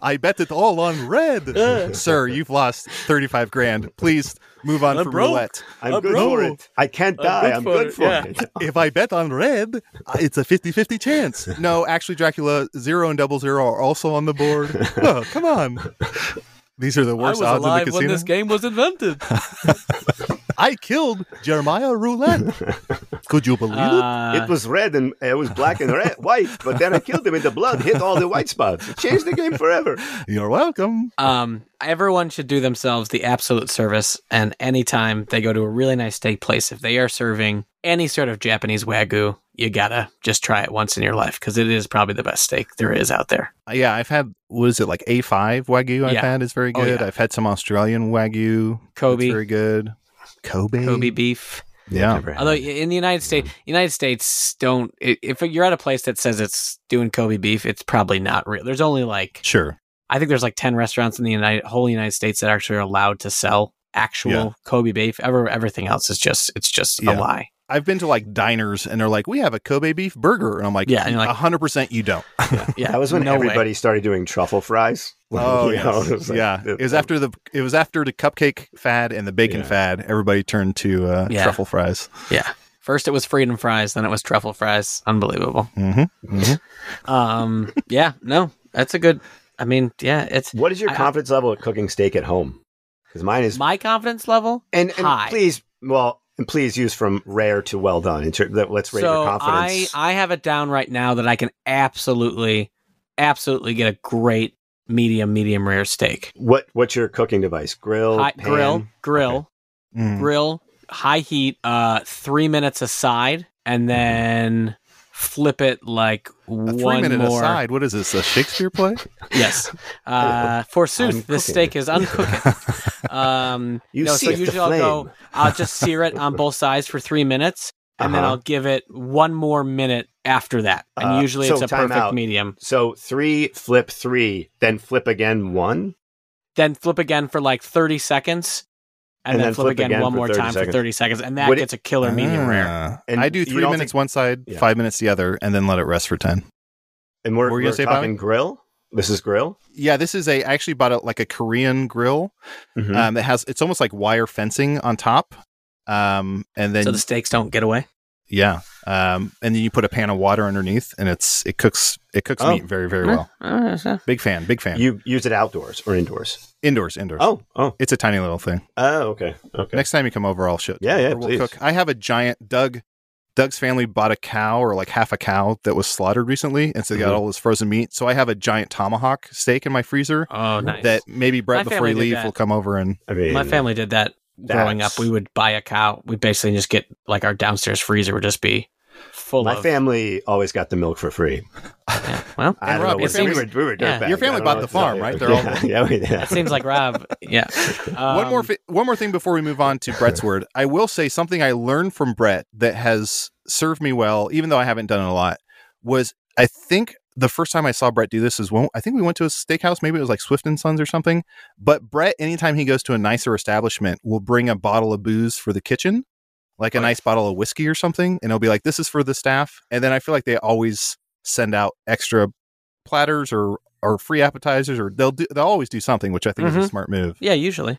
[SPEAKER 2] I bet it all on
[SPEAKER 3] Uh.
[SPEAKER 2] red. Sir, you've lost 35 grand. Please move on
[SPEAKER 3] I'm
[SPEAKER 2] from
[SPEAKER 3] broke.
[SPEAKER 2] roulette.
[SPEAKER 4] I'm
[SPEAKER 3] I'm
[SPEAKER 4] good for
[SPEAKER 3] broke.
[SPEAKER 4] it. I can't
[SPEAKER 3] I'm
[SPEAKER 4] die.
[SPEAKER 3] good
[SPEAKER 4] I'm
[SPEAKER 3] for
[SPEAKER 4] good
[SPEAKER 3] it,
[SPEAKER 4] for
[SPEAKER 3] yeah.
[SPEAKER 4] it.
[SPEAKER 2] If I bet on red, uh, it's a 50 50 chance. No, actually, Dracula, zero and double zero are also on the board. Oh, come on. These are the worst odds in the casino.
[SPEAKER 3] game was invented.
[SPEAKER 2] I killed Jeremiah Roulette. Could you believe it?
[SPEAKER 3] Uh.
[SPEAKER 4] it was red and it was black and red, white, but then I killed him and the blood hit all the white spots. It changed the game forever.
[SPEAKER 2] You're welcome.
[SPEAKER 3] um, everyone should do themselves the absolute service. And anytime they go to a really nice steak place, if they are serving any sort of Japanese wagyu, you gotta just try it once in your life because it is probably the best steak there is out there.
[SPEAKER 2] Uh, Yeah, I've had what is it like A five wagyu? I've
[SPEAKER 3] Yeah.
[SPEAKER 2] had is very
[SPEAKER 3] Oh,
[SPEAKER 2] good.
[SPEAKER 3] yeah.
[SPEAKER 2] I've had some Australian wagyu. that's
[SPEAKER 3] Kobe.
[SPEAKER 2] very good. Kobe,
[SPEAKER 3] Kobe beef.
[SPEAKER 2] Yeah,
[SPEAKER 3] Although in the United States, United States don't. i- If you're at a place that says it's doing Kobe beef, it's probably not real. There's only like
[SPEAKER 2] sure.
[SPEAKER 3] I think there's like ten restaurants in the United, whole United States that actually are allowed to sell actual
[SPEAKER 2] Yeah.
[SPEAKER 3] Kobe beef. Ever everything else is just it's just
[SPEAKER 2] Yeah.
[SPEAKER 3] a lie.
[SPEAKER 2] I've been to like diners and they're like, we have a Kobe beef burger, and I'm like,
[SPEAKER 3] Yeah, and you're like-
[SPEAKER 2] hundred percent, you don't.
[SPEAKER 3] Yeah,
[SPEAKER 4] That was when
[SPEAKER 3] no way.
[SPEAKER 4] everybody started doing truffle fries.
[SPEAKER 2] Oh
[SPEAKER 4] You know,
[SPEAKER 2] yes.
[SPEAKER 4] it was like-
[SPEAKER 2] yeah. It was after the it was after the cupcake fad and the bacon
[SPEAKER 4] Yeah.
[SPEAKER 2] fad. Everybody turned to uh,
[SPEAKER 3] Yeah.
[SPEAKER 2] truffle fries.
[SPEAKER 3] First it was freedom fries, then it was truffle fries. Unbelievable.
[SPEAKER 2] hmm
[SPEAKER 4] Mm-hmm.
[SPEAKER 3] Um, yeah, no, that's a good. I mean, yeah, it's
[SPEAKER 4] What is your
[SPEAKER 3] I- I-
[SPEAKER 4] confidence level at cooking steak at home? Because mine is
[SPEAKER 3] my confidence level.
[SPEAKER 4] and, and
[SPEAKER 3] high.
[SPEAKER 4] please, well, and please use from rare to well done. In ter- that- let's rate
[SPEAKER 3] so
[SPEAKER 4] your confidence.
[SPEAKER 3] I I have it down right now that I can absolutely, absolutely get a great medium medium rare steak.
[SPEAKER 4] what what's your cooking device? Grill,
[SPEAKER 3] Hot
[SPEAKER 4] pan?
[SPEAKER 3] grill, grill,
[SPEAKER 2] Hmm. Mm.
[SPEAKER 3] grill, high heat, uh, three minutes aside, and then flip it like
[SPEAKER 2] A three
[SPEAKER 3] one
[SPEAKER 2] minute
[SPEAKER 3] more.
[SPEAKER 2] aside. What is this? A Shakespeare play?
[SPEAKER 3] Yes.
[SPEAKER 4] Oh,
[SPEAKER 3] Uh, forsooth,
[SPEAKER 4] I'm
[SPEAKER 3] this
[SPEAKER 4] cooking.
[SPEAKER 3] steak is uncooked. um,
[SPEAKER 4] You
[SPEAKER 3] no,
[SPEAKER 4] see
[SPEAKER 3] so
[SPEAKER 4] if the
[SPEAKER 3] usually I'll go,
[SPEAKER 4] flame.
[SPEAKER 3] I'll just sear it on both sides for three minutes, and then
[SPEAKER 4] Uh-huh.
[SPEAKER 3] I'll give it one more minute after that. And
[SPEAKER 4] Uh,
[SPEAKER 3] usually
[SPEAKER 4] so
[SPEAKER 3] it's a
[SPEAKER 4] time
[SPEAKER 3] perfect
[SPEAKER 4] out.
[SPEAKER 3] medium.
[SPEAKER 4] So three, flip three, then flip again one.
[SPEAKER 3] Then flip again for like 30 seconds. And, then, flip, again, one
[SPEAKER 4] for
[SPEAKER 3] more
[SPEAKER 4] 30
[SPEAKER 3] time for
[SPEAKER 4] seconds.
[SPEAKER 3] 30 seconds. And that
[SPEAKER 4] Would it-
[SPEAKER 3] gets a killer medium rare.
[SPEAKER 2] Ah.
[SPEAKER 4] And
[SPEAKER 2] I do
[SPEAKER 4] you
[SPEAKER 2] three
[SPEAKER 4] don't
[SPEAKER 2] minutes
[SPEAKER 4] think-
[SPEAKER 2] one side,
[SPEAKER 4] Yeah.
[SPEAKER 2] five minutes the other, and then let it rest for ten.
[SPEAKER 4] And we're,
[SPEAKER 2] What were you
[SPEAKER 4] we're
[SPEAKER 2] gonna say,
[SPEAKER 4] talking grill. This is grill.
[SPEAKER 2] Yeah, this is a. I actually bought a, like a Korean grill.
[SPEAKER 4] Uh,
[SPEAKER 2] Um, it has it's almost like wire fencing on top. Um, and then
[SPEAKER 3] So the steaks don't get away.
[SPEAKER 2] yeah, um, and then you put a pan of water underneath, and it's it cooks it cooks
[SPEAKER 4] Oh.
[SPEAKER 2] meat very very well. Big fan, big fan.
[SPEAKER 4] You use it outdoors or indoors?
[SPEAKER 2] indoors, indoors.
[SPEAKER 4] Oh, oh,
[SPEAKER 2] It's a tiny little thing.
[SPEAKER 4] oh. Okay, okay.
[SPEAKER 2] Next time you come over, I'll show. it to
[SPEAKER 4] Yeah,
[SPEAKER 2] you,
[SPEAKER 4] yeah,
[SPEAKER 2] or we'll
[SPEAKER 4] please.
[SPEAKER 2] cook. I have a giant Doug. Doug's family bought a cow or like half a cow that was slaughtered recently, and so they got
[SPEAKER 4] Mhm.
[SPEAKER 2] all this frozen meat. So I have a giant tomahawk steak in my freezer.
[SPEAKER 3] Oh, nice.
[SPEAKER 2] that maybe Brett
[SPEAKER 3] My
[SPEAKER 2] before
[SPEAKER 3] family
[SPEAKER 2] you
[SPEAKER 3] did
[SPEAKER 2] leave
[SPEAKER 3] that.
[SPEAKER 2] will come over and
[SPEAKER 4] I mean,
[SPEAKER 3] My family did that growing up.
[SPEAKER 4] That's-
[SPEAKER 3] We would buy a cow. We basically just get like our downstairs freezer would just be full
[SPEAKER 4] My
[SPEAKER 3] of.
[SPEAKER 4] family always got the milk for free.
[SPEAKER 3] Yeah, well,
[SPEAKER 4] I
[SPEAKER 2] And Rob,
[SPEAKER 4] don't know.
[SPEAKER 2] your
[SPEAKER 4] what- we,
[SPEAKER 3] family's-
[SPEAKER 4] were, we were
[SPEAKER 3] yeah.
[SPEAKER 4] dirtbags.
[SPEAKER 2] Your family
[SPEAKER 4] I don't
[SPEAKER 2] bought the
[SPEAKER 4] know what
[SPEAKER 2] tell
[SPEAKER 4] to tell
[SPEAKER 2] farm,
[SPEAKER 4] you.
[SPEAKER 2] right? They're all-
[SPEAKER 4] yeah, yeah, we did.
[SPEAKER 3] that seems like Rob. Yeah.
[SPEAKER 2] one more
[SPEAKER 3] Um,
[SPEAKER 2] fi- one more thing before we move on to Brett's word. I will say something I learned from Brett that has served me well, even though I haven't done it a lot. Was I think the first time I saw Brett do this is when I think we went to a steakhouse, maybe it was like Swift and Sons or something. But Brett, anytime he goes to a nicer establishment, will bring a bottle of booze for the kitchen, like a nice bottle of whiskey or something, and he'll be like, "This is for the staff." And then I feel like they always send out extra platters or or free appetizers or they'll do, they'll always do something, which I think is a
[SPEAKER 3] Mhm.
[SPEAKER 2] smart move
[SPEAKER 3] yeah, usually.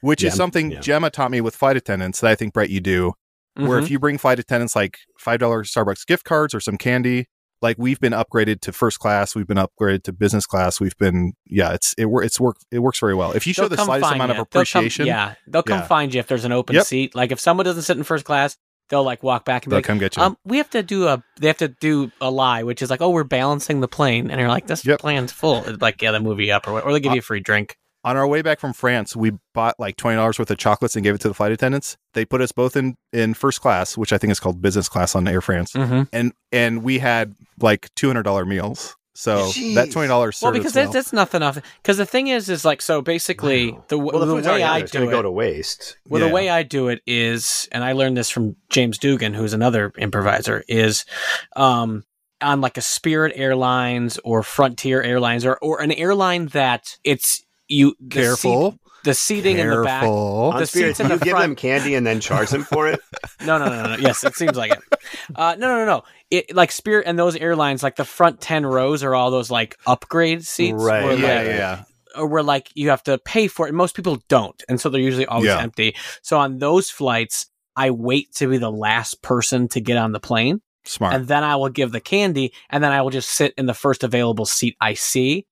[SPEAKER 2] which is
[SPEAKER 4] Yeah.
[SPEAKER 2] something
[SPEAKER 4] Yeah.
[SPEAKER 2] Gemma taught me with flight attendants that I think Brett you do. Where
[SPEAKER 3] Mhm.
[SPEAKER 2] if you bring flight attendants like five dollar Starbucks gift cards or some candy, like we've been upgraded to first class, we've been upgraded to business class, we've been yeah, it's it wor- it's work it works very well. If you show
[SPEAKER 3] They'll
[SPEAKER 2] the
[SPEAKER 3] come
[SPEAKER 2] slightest
[SPEAKER 3] find
[SPEAKER 2] amount
[SPEAKER 3] ya.
[SPEAKER 2] of
[SPEAKER 3] They'll come-
[SPEAKER 2] appreciation,
[SPEAKER 3] yeah, they'll come
[SPEAKER 2] Yeah.
[SPEAKER 3] find you if there's an open
[SPEAKER 2] Yep.
[SPEAKER 3] seat. Like if someone doesn't sit in first class, they'll like walk back and be
[SPEAKER 2] they'll
[SPEAKER 3] like,
[SPEAKER 2] come get you.
[SPEAKER 3] um, we have to do a, they have to do a lie, which is like, oh, we're balancing the plane, and you're like, this
[SPEAKER 2] Yep. Uh,
[SPEAKER 3] plane's full. It's like, yeah, the movie up, or what- or they give you a free drink.
[SPEAKER 2] On our way back from France, we bought like twenty dollars worth of chocolates and gave it to the flight attendants. They put us both in in first class, which I think is called business class on Air France,
[SPEAKER 3] Mm-hmm.
[SPEAKER 2] and and we had like two hundred dollar meals. So that
[SPEAKER 4] Jeez.
[SPEAKER 2] twenty dollars
[SPEAKER 3] Well, because
[SPEAKER 2] well.
[SPEAKER 3] that's, that's nothing off. Because the thing is, is like, so basically,
[SPEAKER 4] Wow.
[SPEAKER 3] the, w-
[SPEAKER 4] well, the, food's
[SPEAKER 3] the way
[SPEAKER 4] already out
[SPEAKER 3] I
[SPEAKER 4] there. It's
[SPEAKER 3] do
[SPEAKER 4] gonna
[SPEAKER 3] it,
[SPEAKER 4] go to waste.
[SPEAKER 3] Well,
[SPEAKER 2] Yeah.
[SPEAKER 3] the way I do it is, and I learned this from James Dugan, who's another improviser, is um, on like a Spirit Airlines or Frontier Airlines or, or an airline that it's you the seat-
[SPEAKER 2] careful.
[SPEAKER 3] the seating in the back.
[SPEAKER 2] Careful.
[SPEAKER 3] the
[SPEAKER 4] On spirits,
[SPEAKER 3] seats in
[SPEAKER 4] you
[SPEAKER 3] the
[SPEAKER 4] give
[SPEAKER 3] front-
[SPEAKER 4] them candy and then charge them for it.
[SPEAKER 3] No, no, no, no, no. Yes, it seems like it. Uh, no, no, no, no. It like Spirit and those airlines, like the front ten rows are all those like upgrade seats,
[SPEAKER 4] Right.
[SPEAKER 3] where,
[SPEAKER 2] yeah,
[SPEAKER 3] like,
[SPEAKER 2] yeah, yeah.
[SPEAKER 3] or uh, where like you have to pay for it. And most people don't, and so they're usually always
[SPEAKER 2] Yeah.
[SPEAKER 3] empty. So on those flights, I wait to be the last person to get on the plane,
[SPEAKER 2] Smart.
[SPEAKER 3] and then I will give the candy, and then I will just sit in the first available seat I see.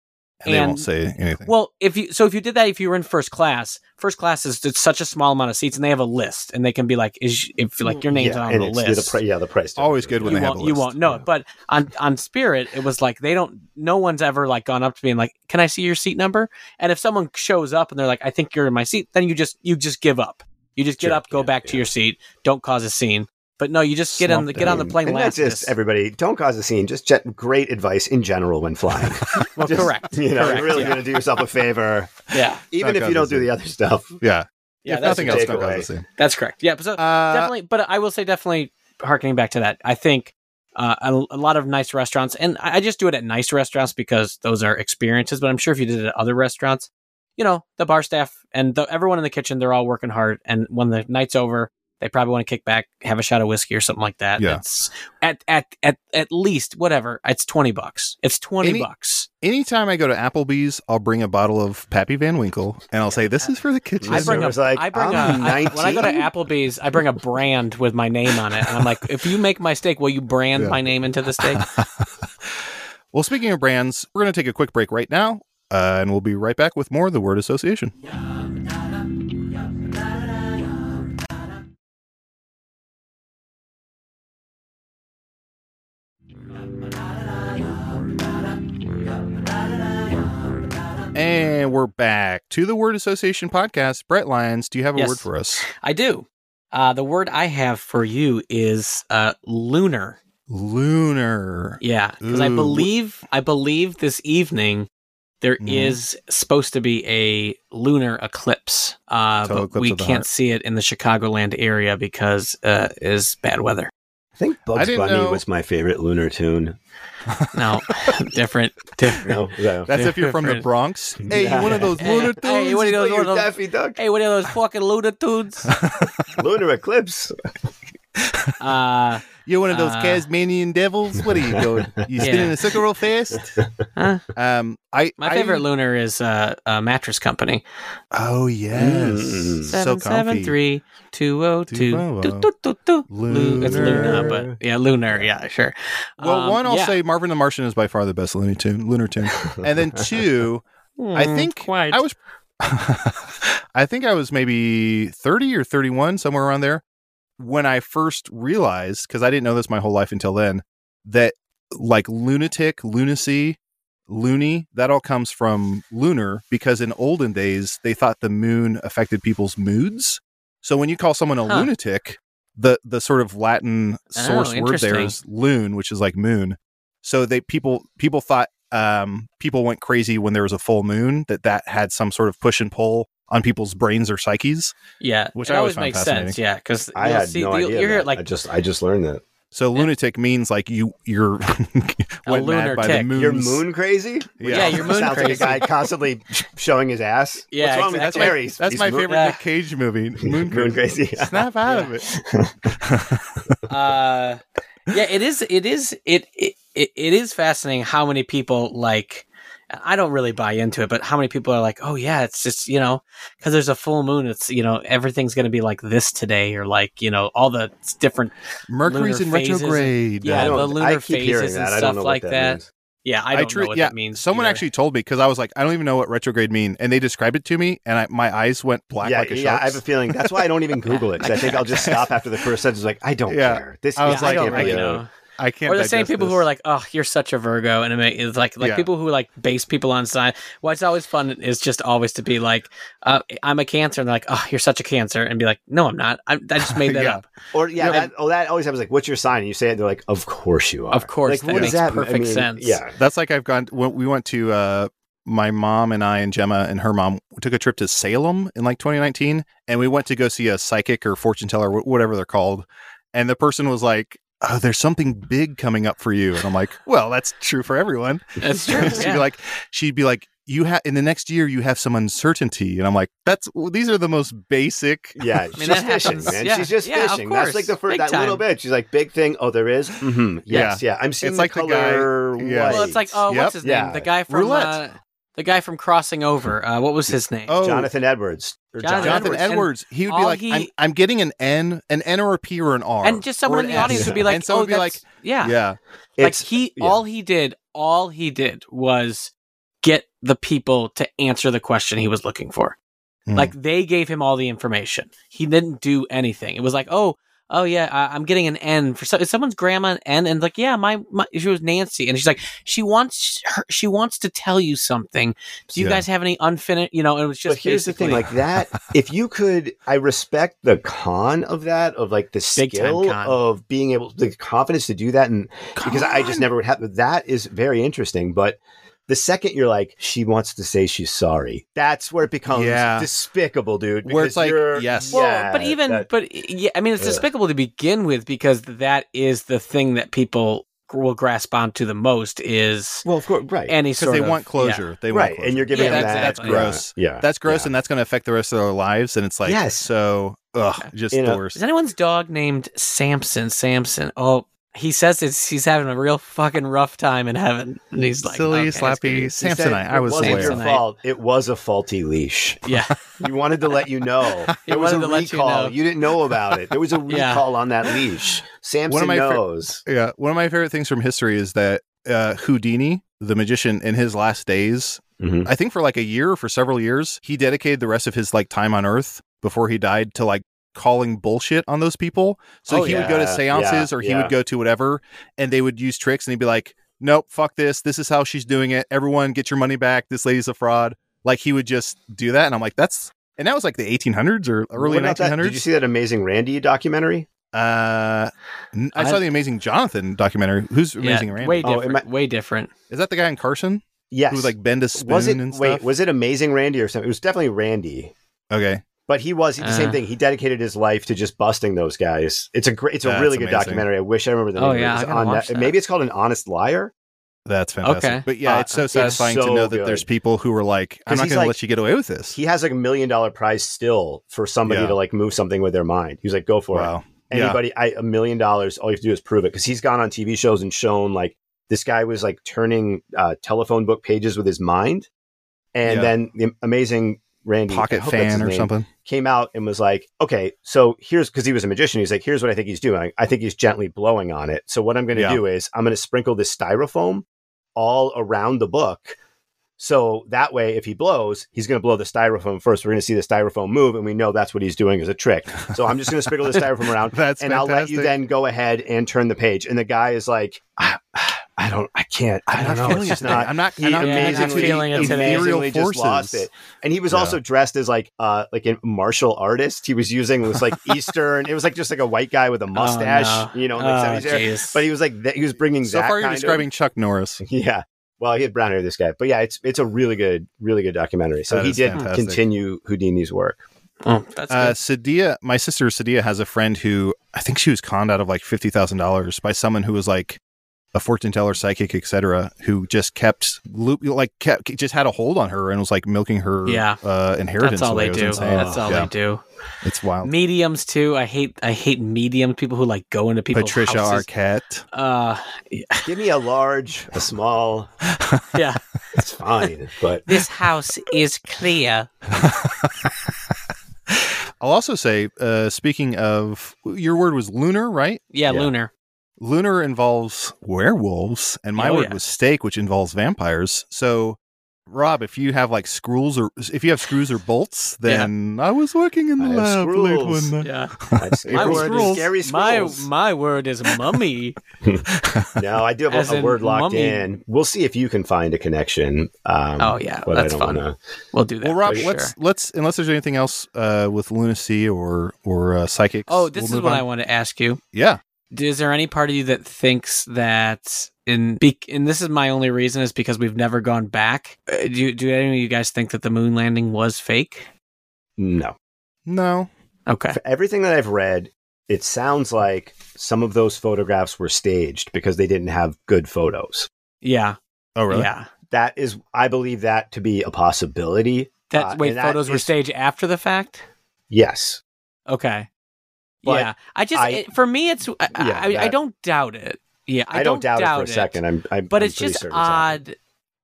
[SPEAKER 2] and they
[SPEAKER 3] And-
[SPEAKER 2] won't say anything.
[SPEAKER 3] Well, if you so if you did that, if you were in first class, first class is it's such a small amount of seats, and they have a list, and they can be like, is, if like your name's
[SPEAKER 4] Mm, yeah,
[SPEAKER 3] not on
[SPEAKER 4] and
[SPEAKER 3] the
[SPEAKER 4] it's-
[SPEAKER 3] list,
[SPEAKER 4] The pri- yeah, the price. tag.
[SPEAKER 2] Always good when
[SPEAKER 3] you
[SPEAKER 2] they have
[SPEAKER 3] won't
[SPEAKER 2] a
[SPEAKER 3] you
[SPEAKER 2] list.
[SPEAKER 3] won't know it. But on on Spirit, it was like they don't. No one's ever like gone up to me and like, "Can I see your seat number?" And if someone shows up and they're like, "I think you're in my seat," then you just you just give up. You just get
[SPEAKER 4] Sure.
[SPEAKER 3] up, go
[SPEAKER 4] Yeah,
[SPEAKER 3] back to your seat. Don't cause a scene. But no, you just get on the
[SPEAKER 2] Slump
[SPEAKER 3] get on the
[SPEAKER 2] down.
[SPEAKER 3] plane
[SPEAKER 4] And
[SPEAKER 3] last.
[SPEAKER 4] that's just everybody. Don't cause a scene. Just gen- great advice in general when flying.
[SPEAKER 3] well,
[SPEAKER 4] Just,
[SPEAKER 3] correct.
[SPEAKER 4] You know,
[SPEAKER 3] correct.
[SPEAKER 4] you're really
[SPEAKER 3] yeah.
[SPEAKER 4] going to do yourself a favor,
[SPEAKER 3] yeah,
[SPEAKER 4] even
[SPEAKER 2] Don't
[SPEAKER 4] if
[SPEAKER 2] cause
[SPEAKER 4] you don't
[SPEAKER 2] a
[SPEAKER 4] do the
[SPEAKER 2] scene.
[SPEAKER 4] other stuff.
[SPEAKER 2] yeah,
[SPEAKER 3] yeah.
[SPEAKER 2] if
[SPEAKER 3] That's,
[SPEAKER 2] nothing
[SPEAKER 4] the
[SPEAKER 2] else, don't
[SPEAKER 4] takeaway.
[SPEAKER 2] cause the same.
[SPEAKER 3] that's correct. Yeah. So
[SPEAKER 2] Uh,
[SPEAKER 3] definitely but i will say definitely harkening back to that i think uh, a, a lot of nice restaurants and I, I just do it at nice restaurants because those are experiences but i'm sure if you did it at other restaurants you know the bar staff and the, everyone in the kitchen they're all working hard and when the night's over they probably want to kick back have a shot of whiskey or something like that
[SPEAKER 2] Yeah.
[SPEAKER 3] it's at at at at least whatever it's 20 bucks it's 20
[SPEAKER 2] Any-
[SPEAKER 3] bucks
[SPEAKER 2] Anytime I go to Applebee's, I'll bring a bottle of Pappy Van Winkle, and I'll say, "This is for the kitchen."
[SPEAKER 3] I bring, a,
[SPEAKER 4] server's like,
[SPEAKER 3] I bring a,
[SPEAKER 4] "I'm
[SPEAKER 3] I- when I go to
[SPEAKER 4] 19?"
[SPEAKER 3] Applebee's, I bring a brand with my name on it, and I'm like, if you make my steak, will you brand
[SPEAKER 2] Yeah.
[SPEAKER 3] my name into the steak?
[SPEAKER 2] well, speaking of brands, we're going to take a quick break right now, uh, and we'll be right back with more of the word association. And we're back to the Word Association podcast. Brett Lyons, do you have a
[SPEAKER 3] Yes.
[SPEAKER 2] word for us?
[SPEAKER 3] I do. Uh, the word I have for you is uh, lunar.
[SPEAKER 2] Lunar.
[SPEAKER 3] Yeah, because I
[SPEAKER 2] Ooh.
[SPEAKER 3] believe I believe this evening there is
[SPEAKER 2] Mhm.
[SPEAKER 3] supposed to be a lunar eclipse, uh,
[SPEAKER 2] Total
[SPEAKER 3] but
[SPEAKER 2] eclipse
[SPEAKER 3] we
[SPEAKER 2] of the
[SPEAKER 3] can't
[SPEAKER 2] heart.
[SPEAKER 3] see it in the Chicagoland area because uh, is bad weather.
[SPEAKER 4] I think
[SPEAKER 2] I
[SPEAKER 4] Bugs
[SPEAKER 2] didn't
[SPEAKER 4] Bunny
[SPEAKER 2] know-
[SPEAKER 4] was my favorite lunar tune.
[SPEAKER 3] No, different, different.
[SPEAKER 4] No, no.
[SPEAKER 2] That's if you're from the Bronx. Hey, you one of those
[SPEAKER 3] Yeah.
[SPEAKER 2] lunar
[SPEAKER 3] Hey,
[SPEAKER 2] dudes?
[SPEAKER 3] what do you know-
[SPEAKER 4] You
[SPEAKER 3] one of-
[SPEAKER 4] Daffy Duck.
[SPEAKER 3] Hey, what are those fucking lunatudes?
[SPEAKER 4] Lunar eclipse.
[SPEAKER 3] uh,
[SPEAKER 2] You're one of those
[SPEAKER 3] Uh,
[SPEAKER 2] Tasmanian devils. What are you doing? You spinning
[SPEAKER 3] Yeah.
[SPEAKER 2] a sucker real fast?
[SPEAKER 3] Huh?
[SPEAKER 2] Um, I
[SPEAKER 3] my favorite
[SPEAKER 2] I,
[SPEAKER 3] lunar is uh, uh, Mattress Company.
[SPEAKER 2] oh yes, so
[SPEAKER 4] Mm.
[SPEAKER 3] Seven seven
[SPEAKER 2] comfy.
[SPEAKER 3] three two zero two
[SPEAKER 2] 202.
[SPEAKER 3] two two two two. Lu- It's Luna,
[SPEAKER 2] Lunar.
[SPEAKER 3] but yeah, lunar. Yeah, sure.
[SPEAKER 2] Well,
[SPEAKER 3] Um,
[SPEAKER 2] one, I'll
[SPEAKER 3] yeah.
[SPEAKER 2] say Marvin the Martian is by far the best Looney Tune, lunar tune, and then two, I
[SPEAKER 3] Hmm,
[SPEAKER 2] think
[SPEAKER 3] quite.
[SPEAKER 2] I was, I think I was maybe thirty or thirty-one, somewhere around there, when I first realized because I didn't know this my whole life until then that like lunatic, lunacy, loony, that all comes from lunar because in olden days they thought the moon affected people's moods. So when you call someone a
[SPEAKER 3] Huh.
[SPEAKER 2] lunatic, the the sort of Latin
[SPEAKER 3] Oh,
[SPEAKER 2] source word there
[SPEAKER 3] interesting.
[SPEAKER 2] is loon, which is like moon. So they people people thought um, people went crazy when there was a full moon that that had some sort of push and pull on people's brains or psyches.
[SPEAKER 3] yeah,
[SPEAKER 2] which
[SPEAKER 3] it
[SPEAKER 2] I always
[SPEAKER 3] always
[SPEAKER 2] found
[SPEAKER 3] makes
[SPEAKER 2] fascinating.
[SPEAKER 3] sense. Yeah, because
[SPEAKER 4] I had no
[SPEAKER 3] you'll,
[SPEAKER 4] idea.
[SPEAKER 3] You're
[SPEAKER 4] that. I
[SPEAKER 3] like
[SPEAKER 4] just, I just learned that.
[SPEAKER 2] So lunatic means like you you're went mad by the
[SPEAKER 3] lunatic.
[SPEAKER 2] moon.
[SPEAKER 4] You're moon crazy.
[SPEAKER 2] Yeah.
[SPEAKER 3] Yeah, you're moon
[SPEAKER 4] Sounds
[SPEAKER 3] crazy.
[SPEAKER 4] like a guy constantly showing his ass.
[SPEAKER 3] Yeah,
[SPEAKER 4] What's
[SPEAKER 3] exactly.
[SPEAKER 4] wrong with
[SPEAKER 3] That's my-
[SPEAKER 4] Terry?
[SPEAKER 2] That's
[SPEAKER 4] He's
[SPEAKER 2] my
[SPEAKER 4] moon-
[SPEAKER 2] favorite
[SPEAKER 3] Yeah.
[SPEAKER 2] Nick Cage movie, Moon
[SPEAKER 4] Moon
[SPEAKER 2] Crazy.
[SPEAKER 4] crazy.
[SPEAKER 2] Snap out of
[SPEAKER 3] Yeah.
[SPEAKER 2] it.
[SPEAKER 3] uh, yeah, it is. It is. It, it it it is fascinating how many people like. I don't really buy into it, but how many people are like, "Oh yeah, it's just you know, because there's a full moon. It's you know, everything's going to be like this today, or like you know, all the different."
[SPEAKER 2] Mercury's
[SPEAKER 3] Lunar
[SPEAKER 2] in
[SPEAKER 3] phases.
[SPEAKER 2] retrograde.
[SPEAKER 3] Yeah,
[SPEAKER 4] I
[SPEAKER 3] the
[SPEAKER 4] don't-
[SPEAKER 3] lunar
[SPEAKER 4] I keep hearing
[SPEAKER 3] phases and
[SPEAKER 4] that. I
[SPEAKER 3] stuff
[SPEAKER 4] don't know
[SPEAKER 3] like
[SPEAKER 4] what
[SPEAKER 3] that.
[SPEAKER 4] that. means.
[SPEAKER 3] Yeah, I don't
[SPEAKER 2] tru-
[SPEAKER 3] know what that means.
[SPEAKER 2] Someone
[SPEAKER 3] either.
[SPEAKER 2] actually told me because I was like, I don't even know what retrograde mean, and they described it to me, and I, my eyes went black
[SPEAKER 4] yeah,
[SPEAKER 2] like a
[SPEAKER 4] yeah, I
[SPEAKER 2] shark's.
[SPEAKER 4] have a feeling that's why I don't even Google it. 'cause I think I'll just stop after the first sentence. Like, I don't
[SPEAKER 2] Yeah.
[SPEAKER 4] care. This
[SPEAKER 2] I
[SPEAKER 4] is
[SPEAKER 2] was
[SPEAKER 3] Yeah, I
[SPEAKER 2] like,
[SPEAKER 3] don't
[SPEAKER 4] can't be
[SPEAKER 3] really
[SPEAKER 4] a-
[SPEAKER 3] know.
[SPEAKER 2] I can't.
[SPEAKER 3] or the same
[SPEAKER 2] digest
[SPEAKER 3] people who
[SPEAKER 2] this.
[SPEAKER 3] are like, "Oh, you're such a Virgo," and it ma- it's like like
[SPEAKER 2] Yeah.
[SPEAKER 3] people who like base people on sign. What's always fun is just always to be like, uh, "I'm a Cancer," and they're like, "Oh, you're such a Cancer," and be like, "No, I'm not. I, I just made that
[SPEAKER 2] Yeah.
[SPEAKER 3] up."
[SPEAKER 4] Or yeah,
[SPEAKER 3] Yeah.
[SPEAKER 4] that, oh, that always happens. Like, what's your sign? And you say it, and they're like, "Of course you are."
[SPEAKER 3] Of course,
[SPEAKER 4] Like,
[SPEAKER 3] that
[SPEAKER 4] what
[SPEAKER 3] makes
[SPEAKER 4] does that mean? I
[SPEAKER 3] perfect
[SPEAKER 4] mean,
[SPEAKER 3] sense.
[SPEAKER 4] Yeah,
[SPEAKER 2] That's like I've gone. When we went to uh, my mom and I and Gemma and her mom took a trip to Salem in like 2019, and we went to go see a psychic or fortune teller, wh- whatever they're called. And the person was like, "Oh, there's something big coming up for you," and I'm like, "Well, that's true for everyone."
[SPEAKER 3] That's true.
[SPEAKER 2] she'd be
[SPEAKER 3] yeah.
[SPEAKER 2] like, "She'd be like." You have in the next year, you have some uncertainty, and I'm like, that's these are the most basic.
[SPEAKER 4] yeah.
[SPEAKER 3] mean,
[SPEAKER 4] she's
[SPEAKER 3] that
[SPEAKER 4] fishing,
[SPEAKER 3] happens.
[SPEAKER 4] man.
[SPEAKER 3] Yeah.
[SPEAKER 4] She's just
[SPEAKER 3] Yeah, of
[SPEAKER 4] fishing. That's
[SPEAKER 3] course.
[SPEAKER 4] like the first
[SPEAKER 3] Big
[SPEAKER 4] that little
[SPEAKER 3] time. Mm-hmm.
[SPEAKER 4] bit. She's like, "Big thing." Oh, there is? Mhm. Yes, yeah. I'm seeing
[SPEAKER 2] It's
[SPEAKER 4] the
[SPEAKER 2] like the guy-
[SPEAKER 4] color
[SPEAKER 2] yeah.
[SPEAKER 4] white.
[SPEAKER 3] well, it's like, oh,
[SPEAKER 2] Yep.
[SPEAKER 3] what's his
[SPEAKER 4] Yeah.
[SPEAKER 3] name? The guy from
[SPEAKER 2] Roulette.
[SPEAKER 3] uh, the guy from Crossing Over. Uh, what was his name?
[SPEAKER 2] Oh,
[SPEAKER 4] Jonathan Edwards. Or
[SPEAKER 3] Jonathan
[SPEAKER 2] Jonathan
[SPEAKER 3] Edwards. And
[SPEAKER 2] Edwards, he would be
[SPEAKER 3] all
[SPEAKER 2] like,
[SPEAKER 3] he-
[SPEAKER 2] I'm, I'm getting an N, an N or a P or an R,
[SPEAKER 3] and just someone
[SPEAKER 2] or
[SPEAKER 3] in
[SPEAKER 2] an
[SPEAKER 3] the
[SPEAKER 2] S."
[SPEAKER 3] audience would be like,
[SPEAKER 2] and someone
[SPEAKER 3] "Oh,
[SPEAKER 2] would be
[SPEAKER 3] that's
[SPEAKER 2] like, yeah,
[SPEAKER 3] Like
[SPEAKER 4] It's-
[SPEAKER 3] he,
[SPEAKER 4] yeah.
[SPEAKER 3] all he did, all he did was get the people to answer the question he was looking for.
[SPEAKER 2] Hmm.
[SPEAKER 3] Like they gave him all the information. He didn't do anything. It was like, oh, oh yeah, I, I'm getting an N for so- is someone's grandma an N, and like, yeah, my, my she was Nancy, and she's like, she wants her, she wants to tell you something. Do you
[SPEAKER 2] Yeah.
[SPEAKER 3] guys have any unfinished? You know, and it was just.
[SPEAKER 4] but here's the thing,
[SPEAKER 3] basically-
[SPEAKER 4] like that. if you could, I respect the con of that, of like the
[SPEAKER 3] Big time
[SPEAKER 4] skill
[SPEAKER 3] con.
[SPEAKER 4] of being able, the confidence to do that, and because I just never would have. That is very interesting, but. The second you're like, she wants to say she's sorry, that's where it becomes
[SPEAKER 2] Yeah.
[SPEAKER 4] despicable, dude.
[SPEAKER 2] Where it's
[SPEAKER 4] because
[SPEAKER 2] like,
[SPEAKER 4] you're-
[SPEAKER 2] yes.
[SPEAKER 3] Well,
[SPEAKER 4] yeah,
[SPEAKER 3] but even
[SPEAKER 4] that-
[SPEAKER 3] but yeah, I mean it's
[SPEAKER 4] Ugh.
[SPEAKER 3] despicable to begin with because that is the thing that people will grasp onto the most is
[SPEAKER 4] well, of course, right,
[SPEAKER 3] any
[SPEAKER 2] because
[SPEAKER 3] sort
[SPEAKER 2] they
[SPEAKER 3] of
[SPEAKER 2] want closure. They want
[SPEAKER 4] right,
[SPEAKER 2] closure.
[SPEAKER 4] and you're giving
[SPEAKER 3] Yeah,
[SPEAKER 4] them
[SPEAKER 3] that's-
[SPEAKER 4] that.
[SPEAKER 3] that's
[SPEAKER 4] yeah,
[SPEAKER 2] gross.
[SPEAKER 4] Yeah,
[SPEAKER 2] that's gross,
[SPEAKER 4] yeah.
[SPEAKER 2] and that's going to affect the rest of their lives. And it's like,
[SPEAKER 4] Yes.
[SPEAKER 2] so ugh, just
[SPEAKER 4] You
[SPEAKER 2] the
[SPEAKER 4] know,
[SPEAKER 2] worst.
[SPEAKER 3] Is anyone's dog named Samson? Samson. Oh, he says it's, he's having a real fucking rough time in heaven, and he's like
[SPEAKER 2] silly,
[SPEAKER 3] okay, that's
[SPEAKER 2] slappy,
[SPEAKER 3] good.
[SPEAKER 4] He said
[SPEAKER 2] Samsonite. I was
[SPEAKER 4] It wasn't
[SPEAKER 2] aware.
[SPEAKER 4] your
[SPEAKER 3] Samsonite.
[SPEAKER 4] fault. It was a faulty leash.
[SPEAKER 3] Yeah,
[SPEAKER 4] You wanted to let you know. There was a
[SPEAKER 3] wanted to let you
[SPEAKER 4] recall.
[SPEAKER 3] know.
[SPEAKER 4] You, didn't know about it. There was a
[SPEAKER 3] Yeah.
[SPEAKER 4] recall on that leash. Samson
[SPEAKER 2] my fa-
[SPEAKER 4] knows.
[SPEAKER 2] Yeah, one of my favorite things from history is that uh, Houdini, the magician, in his last days,
[SPEAKER 4] Mhm.
[SPEAKER 2] I think for like a year or for several years, he dedicated the rest of his like time on Earth before he died to like calling bullshit on those people. So
[SPEAKER 4] Oh,
[SPEAKER 2] he would go to
[SPEAKER 4] yeah,
[SPEAKER 2] seances
[SPEAKER 4] yeah,
[SPEAKER 2] or he
[SPEAKER 4] yeah.
[SPEAKER 2] would go to whatever, and they would use tricks, and he'd be like, "Nope, fuck this. This is how she's doing it. Everyone, get your money back. This lady's a fraud." Like he would just do that, and I'm like, "That's." And that was like the 1800s or early
[SPEAKER 4] What about that?
[SPEAKER 2] 1900s.
[SPEAKER 4] Did you see that amazing Randy documentary?
[SPEAKER 2] Uh, n- I,
[SPEAKER 3] I-
[SPEAKER 2] saw the Amazing Jonathan documentary. Who's Amazing
[SPEAKER 3] yeah,
[SPEAKER 2] Randy?
[SPEAKER 3] Way
[SPEAKER 4] Oh, it
[SPEAKER 3] different.
[SPEAKER 4] might-
[SPEAKER 3] way different.
[SPEAKER 2] Is that the guy in Carson
[SPEAKER 4] Yes.
[SPEAKER 2] who would like bend a spoon
[SPEAKER 4] was it?
[SPEAKER 2] and stuff?
[SPEAKER 4] Wait, was it amazing Randy or something? It was definitely Randy.
[SPEAKER 2] okay.
[SPEAKER 4] But he was he did the same
[SPEAKER 3] Uh.
[SPEAKER 4] thing. He dedicated his life to just busting those guys. It's a great. It's a
[SPEAKER 2] That's
[SPEAKER 4] really good
[SPEAKER 2] amazing.
[SPEAKER 4] documentary. I wish I remember the
[SPEAKER 3] Oh,
[SPEAKER 4] name.
[SPEAKER 3] yeah, I
[SPEAKER 4] of it. It's
[SPEAKER 3] gotta
[SPEAKER 4] on
[SPEAKER 3] watch
[SPEAKER 4] Net-
[SPEAKER 3] that.
[SPEAKER 4] Maybe it's called an honest liar.
[SPEAKER 2] That's fantastic.
[SPEAKER 3] Okay.
[SPEAKER 2] But yeah,
[SPEAKER 4] Uh,
[SPEAKER 2] it's so
[SPEAKER 4] it's
[SPEAKER 2] satisfying to
[SPEAKER 4] so
[SPEAKER 2] know that
[SPEAKER 4] good.
[SPEAKER 2] there's people who are like, I'm
[SPEAKER 4] 'Cause
[SPEAKER 2] not
[SPEAKER 4] he's
[SPEAKER 2] going to
[SPEAKER 4] like-
[SPEAKER 2] let you get away with this.
[SPEAKER 4] He has like a million dollar prize still for somebody
[SPEAKER 2] Yeah.
[SPEAKER 4] to like move something with their mind. He was like, "Go for it."
[SPEAKER 2] wow. Yeah.
[SPEAKER 4] anybody I, a million dollars all you have to do is prove it because he's gone on tv shows and shown like this guy was like turning uh, telephone book pages with his mind and
[SPEAKER 2] Yeah.
[SPEAKER 4] then the amazing randy I
[SPEAKER 2] Pocket
[SPEAKER 4] hope that's his
[SPEAKER 2] fan or
[SPEAKER 4] name,
[SPEAKER 2] something.
[SPEAKER 4] came out and was like okay so here's because he was a magician he's like here's what i think he's doing i think he's gently blowing on it so what i'm going to
[SPEAKER 2] Yeah.
[SPEAKER 4] do is i'm going to sprinkle this styrofoam all around the book so that way, if he blows, he's going to blow the styrofoam first. We're going to see the styrofoam move, and we know that's what he's doing as a trick. So I'm just going to sprinkle the styrofoam around,
[SPEAKER 2] That's
[SPEAKER 4] and I'll let you
[SPEAKER 2] fantastic.
[SPEAKER 4] then go ahead and turn the page. And the guy is like, I, I don't, I can't, I
[SPEAKER 2] I'm not
[SPEAKER 4] don't know.
[SPEAKER 2] feeling
[SPEAKER 4] It's
[SPEAKER 2] it
[SPEAKER 4] just
[SPEAKER 2] today.
[SPEAKER 4] not.
[SPEAKER 2] I'm not,
[SPEAKER 4] He
[SPEAKER 2] I'm not
[SPEAKER 3] Yeah,
[SPEAKER 2] connecting
[SPEAKER 3] not
[SPEAKER 2] to
[SPEAKER 4] amazingly,
[SPEAKER 2] the
[SPEAKER 3] feeling it today.
[SPEAKER 4] amazingly
[SPEAKER 2] Ethereal
[SPEAKER 4] just lost
[SPEAKER 2] forces.
[SPEAKER 4] it. And he was
[SPEAKER 2] Yeah.
[SPEAKER 4] also dressed as like, uh, like a martial artist. He was using was like Eastern. it was like just like a white guy
[SPEAKER 2] Oh,
[SPEAKER 4] with a mustache,
[SPEAKER 3] no.
[SPEAKER 4] you know. in the
[SPEAKER 3] Oh,
[SPEAKER 4] 70s era.
[SPEAKER 3] jeez.
[SPEAKER 4] But he was like, that, he was bringing
[SPEAKER 2] So
[SPEAKER 4] that
[SPEAKER 2] far, you're
[SPEAKER 4] kind of-
[SPEAKER 2] describing Chuck Norris.
[SPEAKER 4] yeah. Well, he had brown hair, this guy. But yeah, it's it's a really good, really good documentary. So
[SPEAKER 2] That
[SPEAKER 4] he
[SPEAKER 2] is
[SPEAKER 4] did
[SPEAKER 2] fantastic.
[SPEAKER 4] continue Houdini's work.
[SPEAKER 3] Oh, that's
[SPEAKER 2] Uh,
[SPEAKER 3] good.
[SPEAKER 2] Sadia, my sister Sadia has a friend who I think she was conned out of like fifty thousand dollars by someone who was like a fortune teller, psychic, etc., who just kept loop, like kept just had a hold on her and was like milking her
[SPEAKER 3] Yeah.
[SPEAKER 2] uh, inheritance.
[SPEAKER 3] That's all
[SPEAKER 2] away.
[SPEAKER 3] they
[SPEAKER 2] It was
[SPEAKER 3] do.
[SPEAKER 2] insane.
[SPEAKER 3] That's all
[SPEAKER 2] Yeah.
[SPEAKER 3] they do.
[SPEAKER 2] It's wild.
[SPEAKER 3] Mediums too. I hate. I hate mediums. People who like go into people's
[SPEAKER 2] Patricia
[SPEAKER 3] houses.
[SPEAKER 2] Arquette.
[SPEAKER 3] Uh,
[SPEAKER 4] Give me a large, a small,
[SPEAKER 3] yeah.
[SPEAKER 4] it's fine. But
[SPEAKER 3] this house is clear.
[SPEAKER 2] I'll also say, uh, speaking of your word was lunar, right?
[SPEAKER 3] Yeah,
[SPEAKER 4] Yeah.
[SPEAKER 3] lunar.
[SPEAKER 2] Lunar involves werewolves, and my
[SPEAKER 3] Oh,
[SPEAKER 2] word
[SPEAKER 3] yeah.
[SPEAKER 2] was stake, which involves vampires. So, Rob, if you have like screws or if you have screws or bolts, then I was working in the
[SPEAKER 4] I have
[SPEAKER 2] lab late
[SPEAKER 4] screwels.
[SPEAKER 2] one night.
[SPEAKER 3] Yeah.
[SPEAKER 4] that's
[SPEAKER 2] My
[SPEAKER 4] scary
[SPEAKER 2] word
[SPEAKER 4] squirrels.
[SPEAKER 2] is-
[SPEAKER 4] scary
[SPEAKER 3] My
[SPEAKER 4] squirrels.
[SPEAKER 3] my word is mummy.
[SPEAKER 4] no, I do have
[SPEAKER 3] As
[SPEAKER 4] a, a
[SPEAKER 3] in
[SPEAKER 4] word locked
[SPEAKER 3] mummy.
[SPEAKER 4] in. We'll see if you can find a connection. Um,
[SPEAKER 3] Oh, yeah,
[SPEAKER 4] but
[SPEAKER 3] that's
[SPEAKER 4] I don't
[SPEAKER 3] fun.
[SPEAKER 4] Wanna,
[SPEAKER 3] We'll do that.
[SPEAKER 2] Well, Rob,
[SPEAKER 3] for
[SPEAKER 2] let's
[SPEAKER 3] sure.
[SPEAKER 2] let's unless there's anything else uh, with lunacy or or uh, psychics.
[SPEAKER 3] Oh, this
[SPEAKER 2] we'll
[SPEAKER 3] is
[SPEAKER 2] move
[SPEAKER 3] what
[SPEAKER 2] on.
[SPEAKER 3] I want to ask you.
[SPEAKER 2] Yeah,
[SPEAKER 3] Is there any part of you that thinks that in be- and this is my only reason is because we've never gone back. Uh, do you- do any of you guys think that the moon landing was fake?
[SPEAKER 4] no,
[SPEAKER 2] no,
[SPEAKER 3] Okay.
[SPEAKER 4] For everything that I've read, it sounds like some of those photographs were staged because they didn't have good photos.
[SPEAKER 3] Yeah.
[SPEAKER 2] oh really?
[SPEAKER 3] Yeah.
[SPEAKER 4] That is, I believe that to be a possibility.
[SPEAKER 3] That
[SPEAKER 4] Uh,
[SPEAKER 3] wait,
[SPEAKER 4] and that
[SPEAKER 3] photos were
[SPEAKER 4] is-
[SPEAKER 3] staged after the fact.
[SPEAKER 4] Yes,
[SPEAKER 3] Okay.
[SPEAKER 4] But
[SPEAKER 3] yeah. I just
[SPEAKER 4] I-
[SPEAKER 3] it, for me it's I, I-
[SPEAKER 4] Yeah,
[SPEAKER 3] I, I
[SPEAKER 4] that-
[SPEAKER 3] don't doubt it. Yeah, I,
[SPEAKER 4] I, don't, doubt, it for a second. I'm, I'm
[SPEAKER 3] but
[SPEAKER 4] I'm
[SPEAKER 3] it's
[SPEAKER 4] pretty
[SPEAKER 3] just
[SPEAKER 4] certain it's happened.
[SPEAKER 3] odd.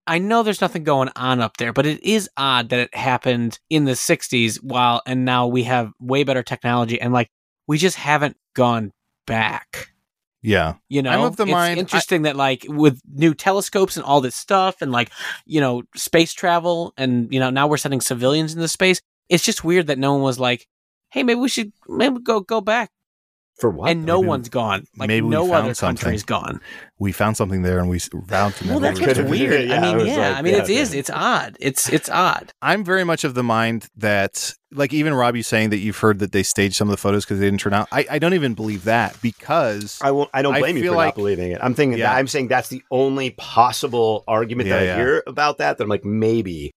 [SPEAKER 3] I know there's nothing going on up there, but it is odd that it happened in the 60s while and now we have way better technology and like we just haven't gone back.
[SPEAKER 2] Yeah.
[SPEAKER 3] You know,
[SPEAKER 2] I'm of the
[SPEAKER 3] it's
[SPEAKER 2] mind-
[SPEAKER 3] interesting that like with new telescopes and all this stuff, and like you know space travel, and you know now we're sending civilians into space. It's just weird that no one was like, "Hey, maybe we should maybe go go back,"
[SPEAKER 4] For what?
[SPEAKER 3] and no
[SPEAKER 2] Maybe-
[SPEAKER 3] one's gone. Like
[SPEAKER 2] maybe we
[SPEAKER 3] no
[SPEAKER 2] found
[SPEAKER 3] other country's gone.
[SPEAKER 2] We found something there and we s- vowed to
[SPEAKER 3] Well,
[SPEAKER 2] never
[SPEAKER 3] that's
[SPEAKER 4] could've
[SPEAKER 3] what's
[SPEAKER 2] return.
[SPEAKER 4] been-
[SPEAKER 3] weird.
[SPEAKER 4] yeah, I
[SPEAKER 3] I mean,
[SPEAKER 4] was
[SPEAKER 3] yeah,
[SPEAKER 4] like,
[SPEAKER 3] I mean,
[SPEAKER 4] yeah,
[SPEAKER 3] it is.
[SPEAKER 4] yeah.
[SPEAKER 3] It's odd. It's it's odd.
[SPEAKER 2] I'm very much of the mind that, like, even Rob, you saying that you've heard that they staged some of the photos because they didn't turn out. I, I don't even believe that because
[SPEAKER 4] I won't. I don't
[SPEAKER 2] I
[SPEAKER 4] blame you
[SPEAKER 2] feel
[SPEAKER 4] for
[SPEAKER 2] like-
[SPEAKER 4] not believing it. I'm thinking.
[SPEAKER 2] Yeah.
[SPEAKER 4] That, I'm saying that's the only possible argument that
[SPEAKER 2] Yeah, yeah.
[SPEAKER 4] I hear about that. That I'm like maybe.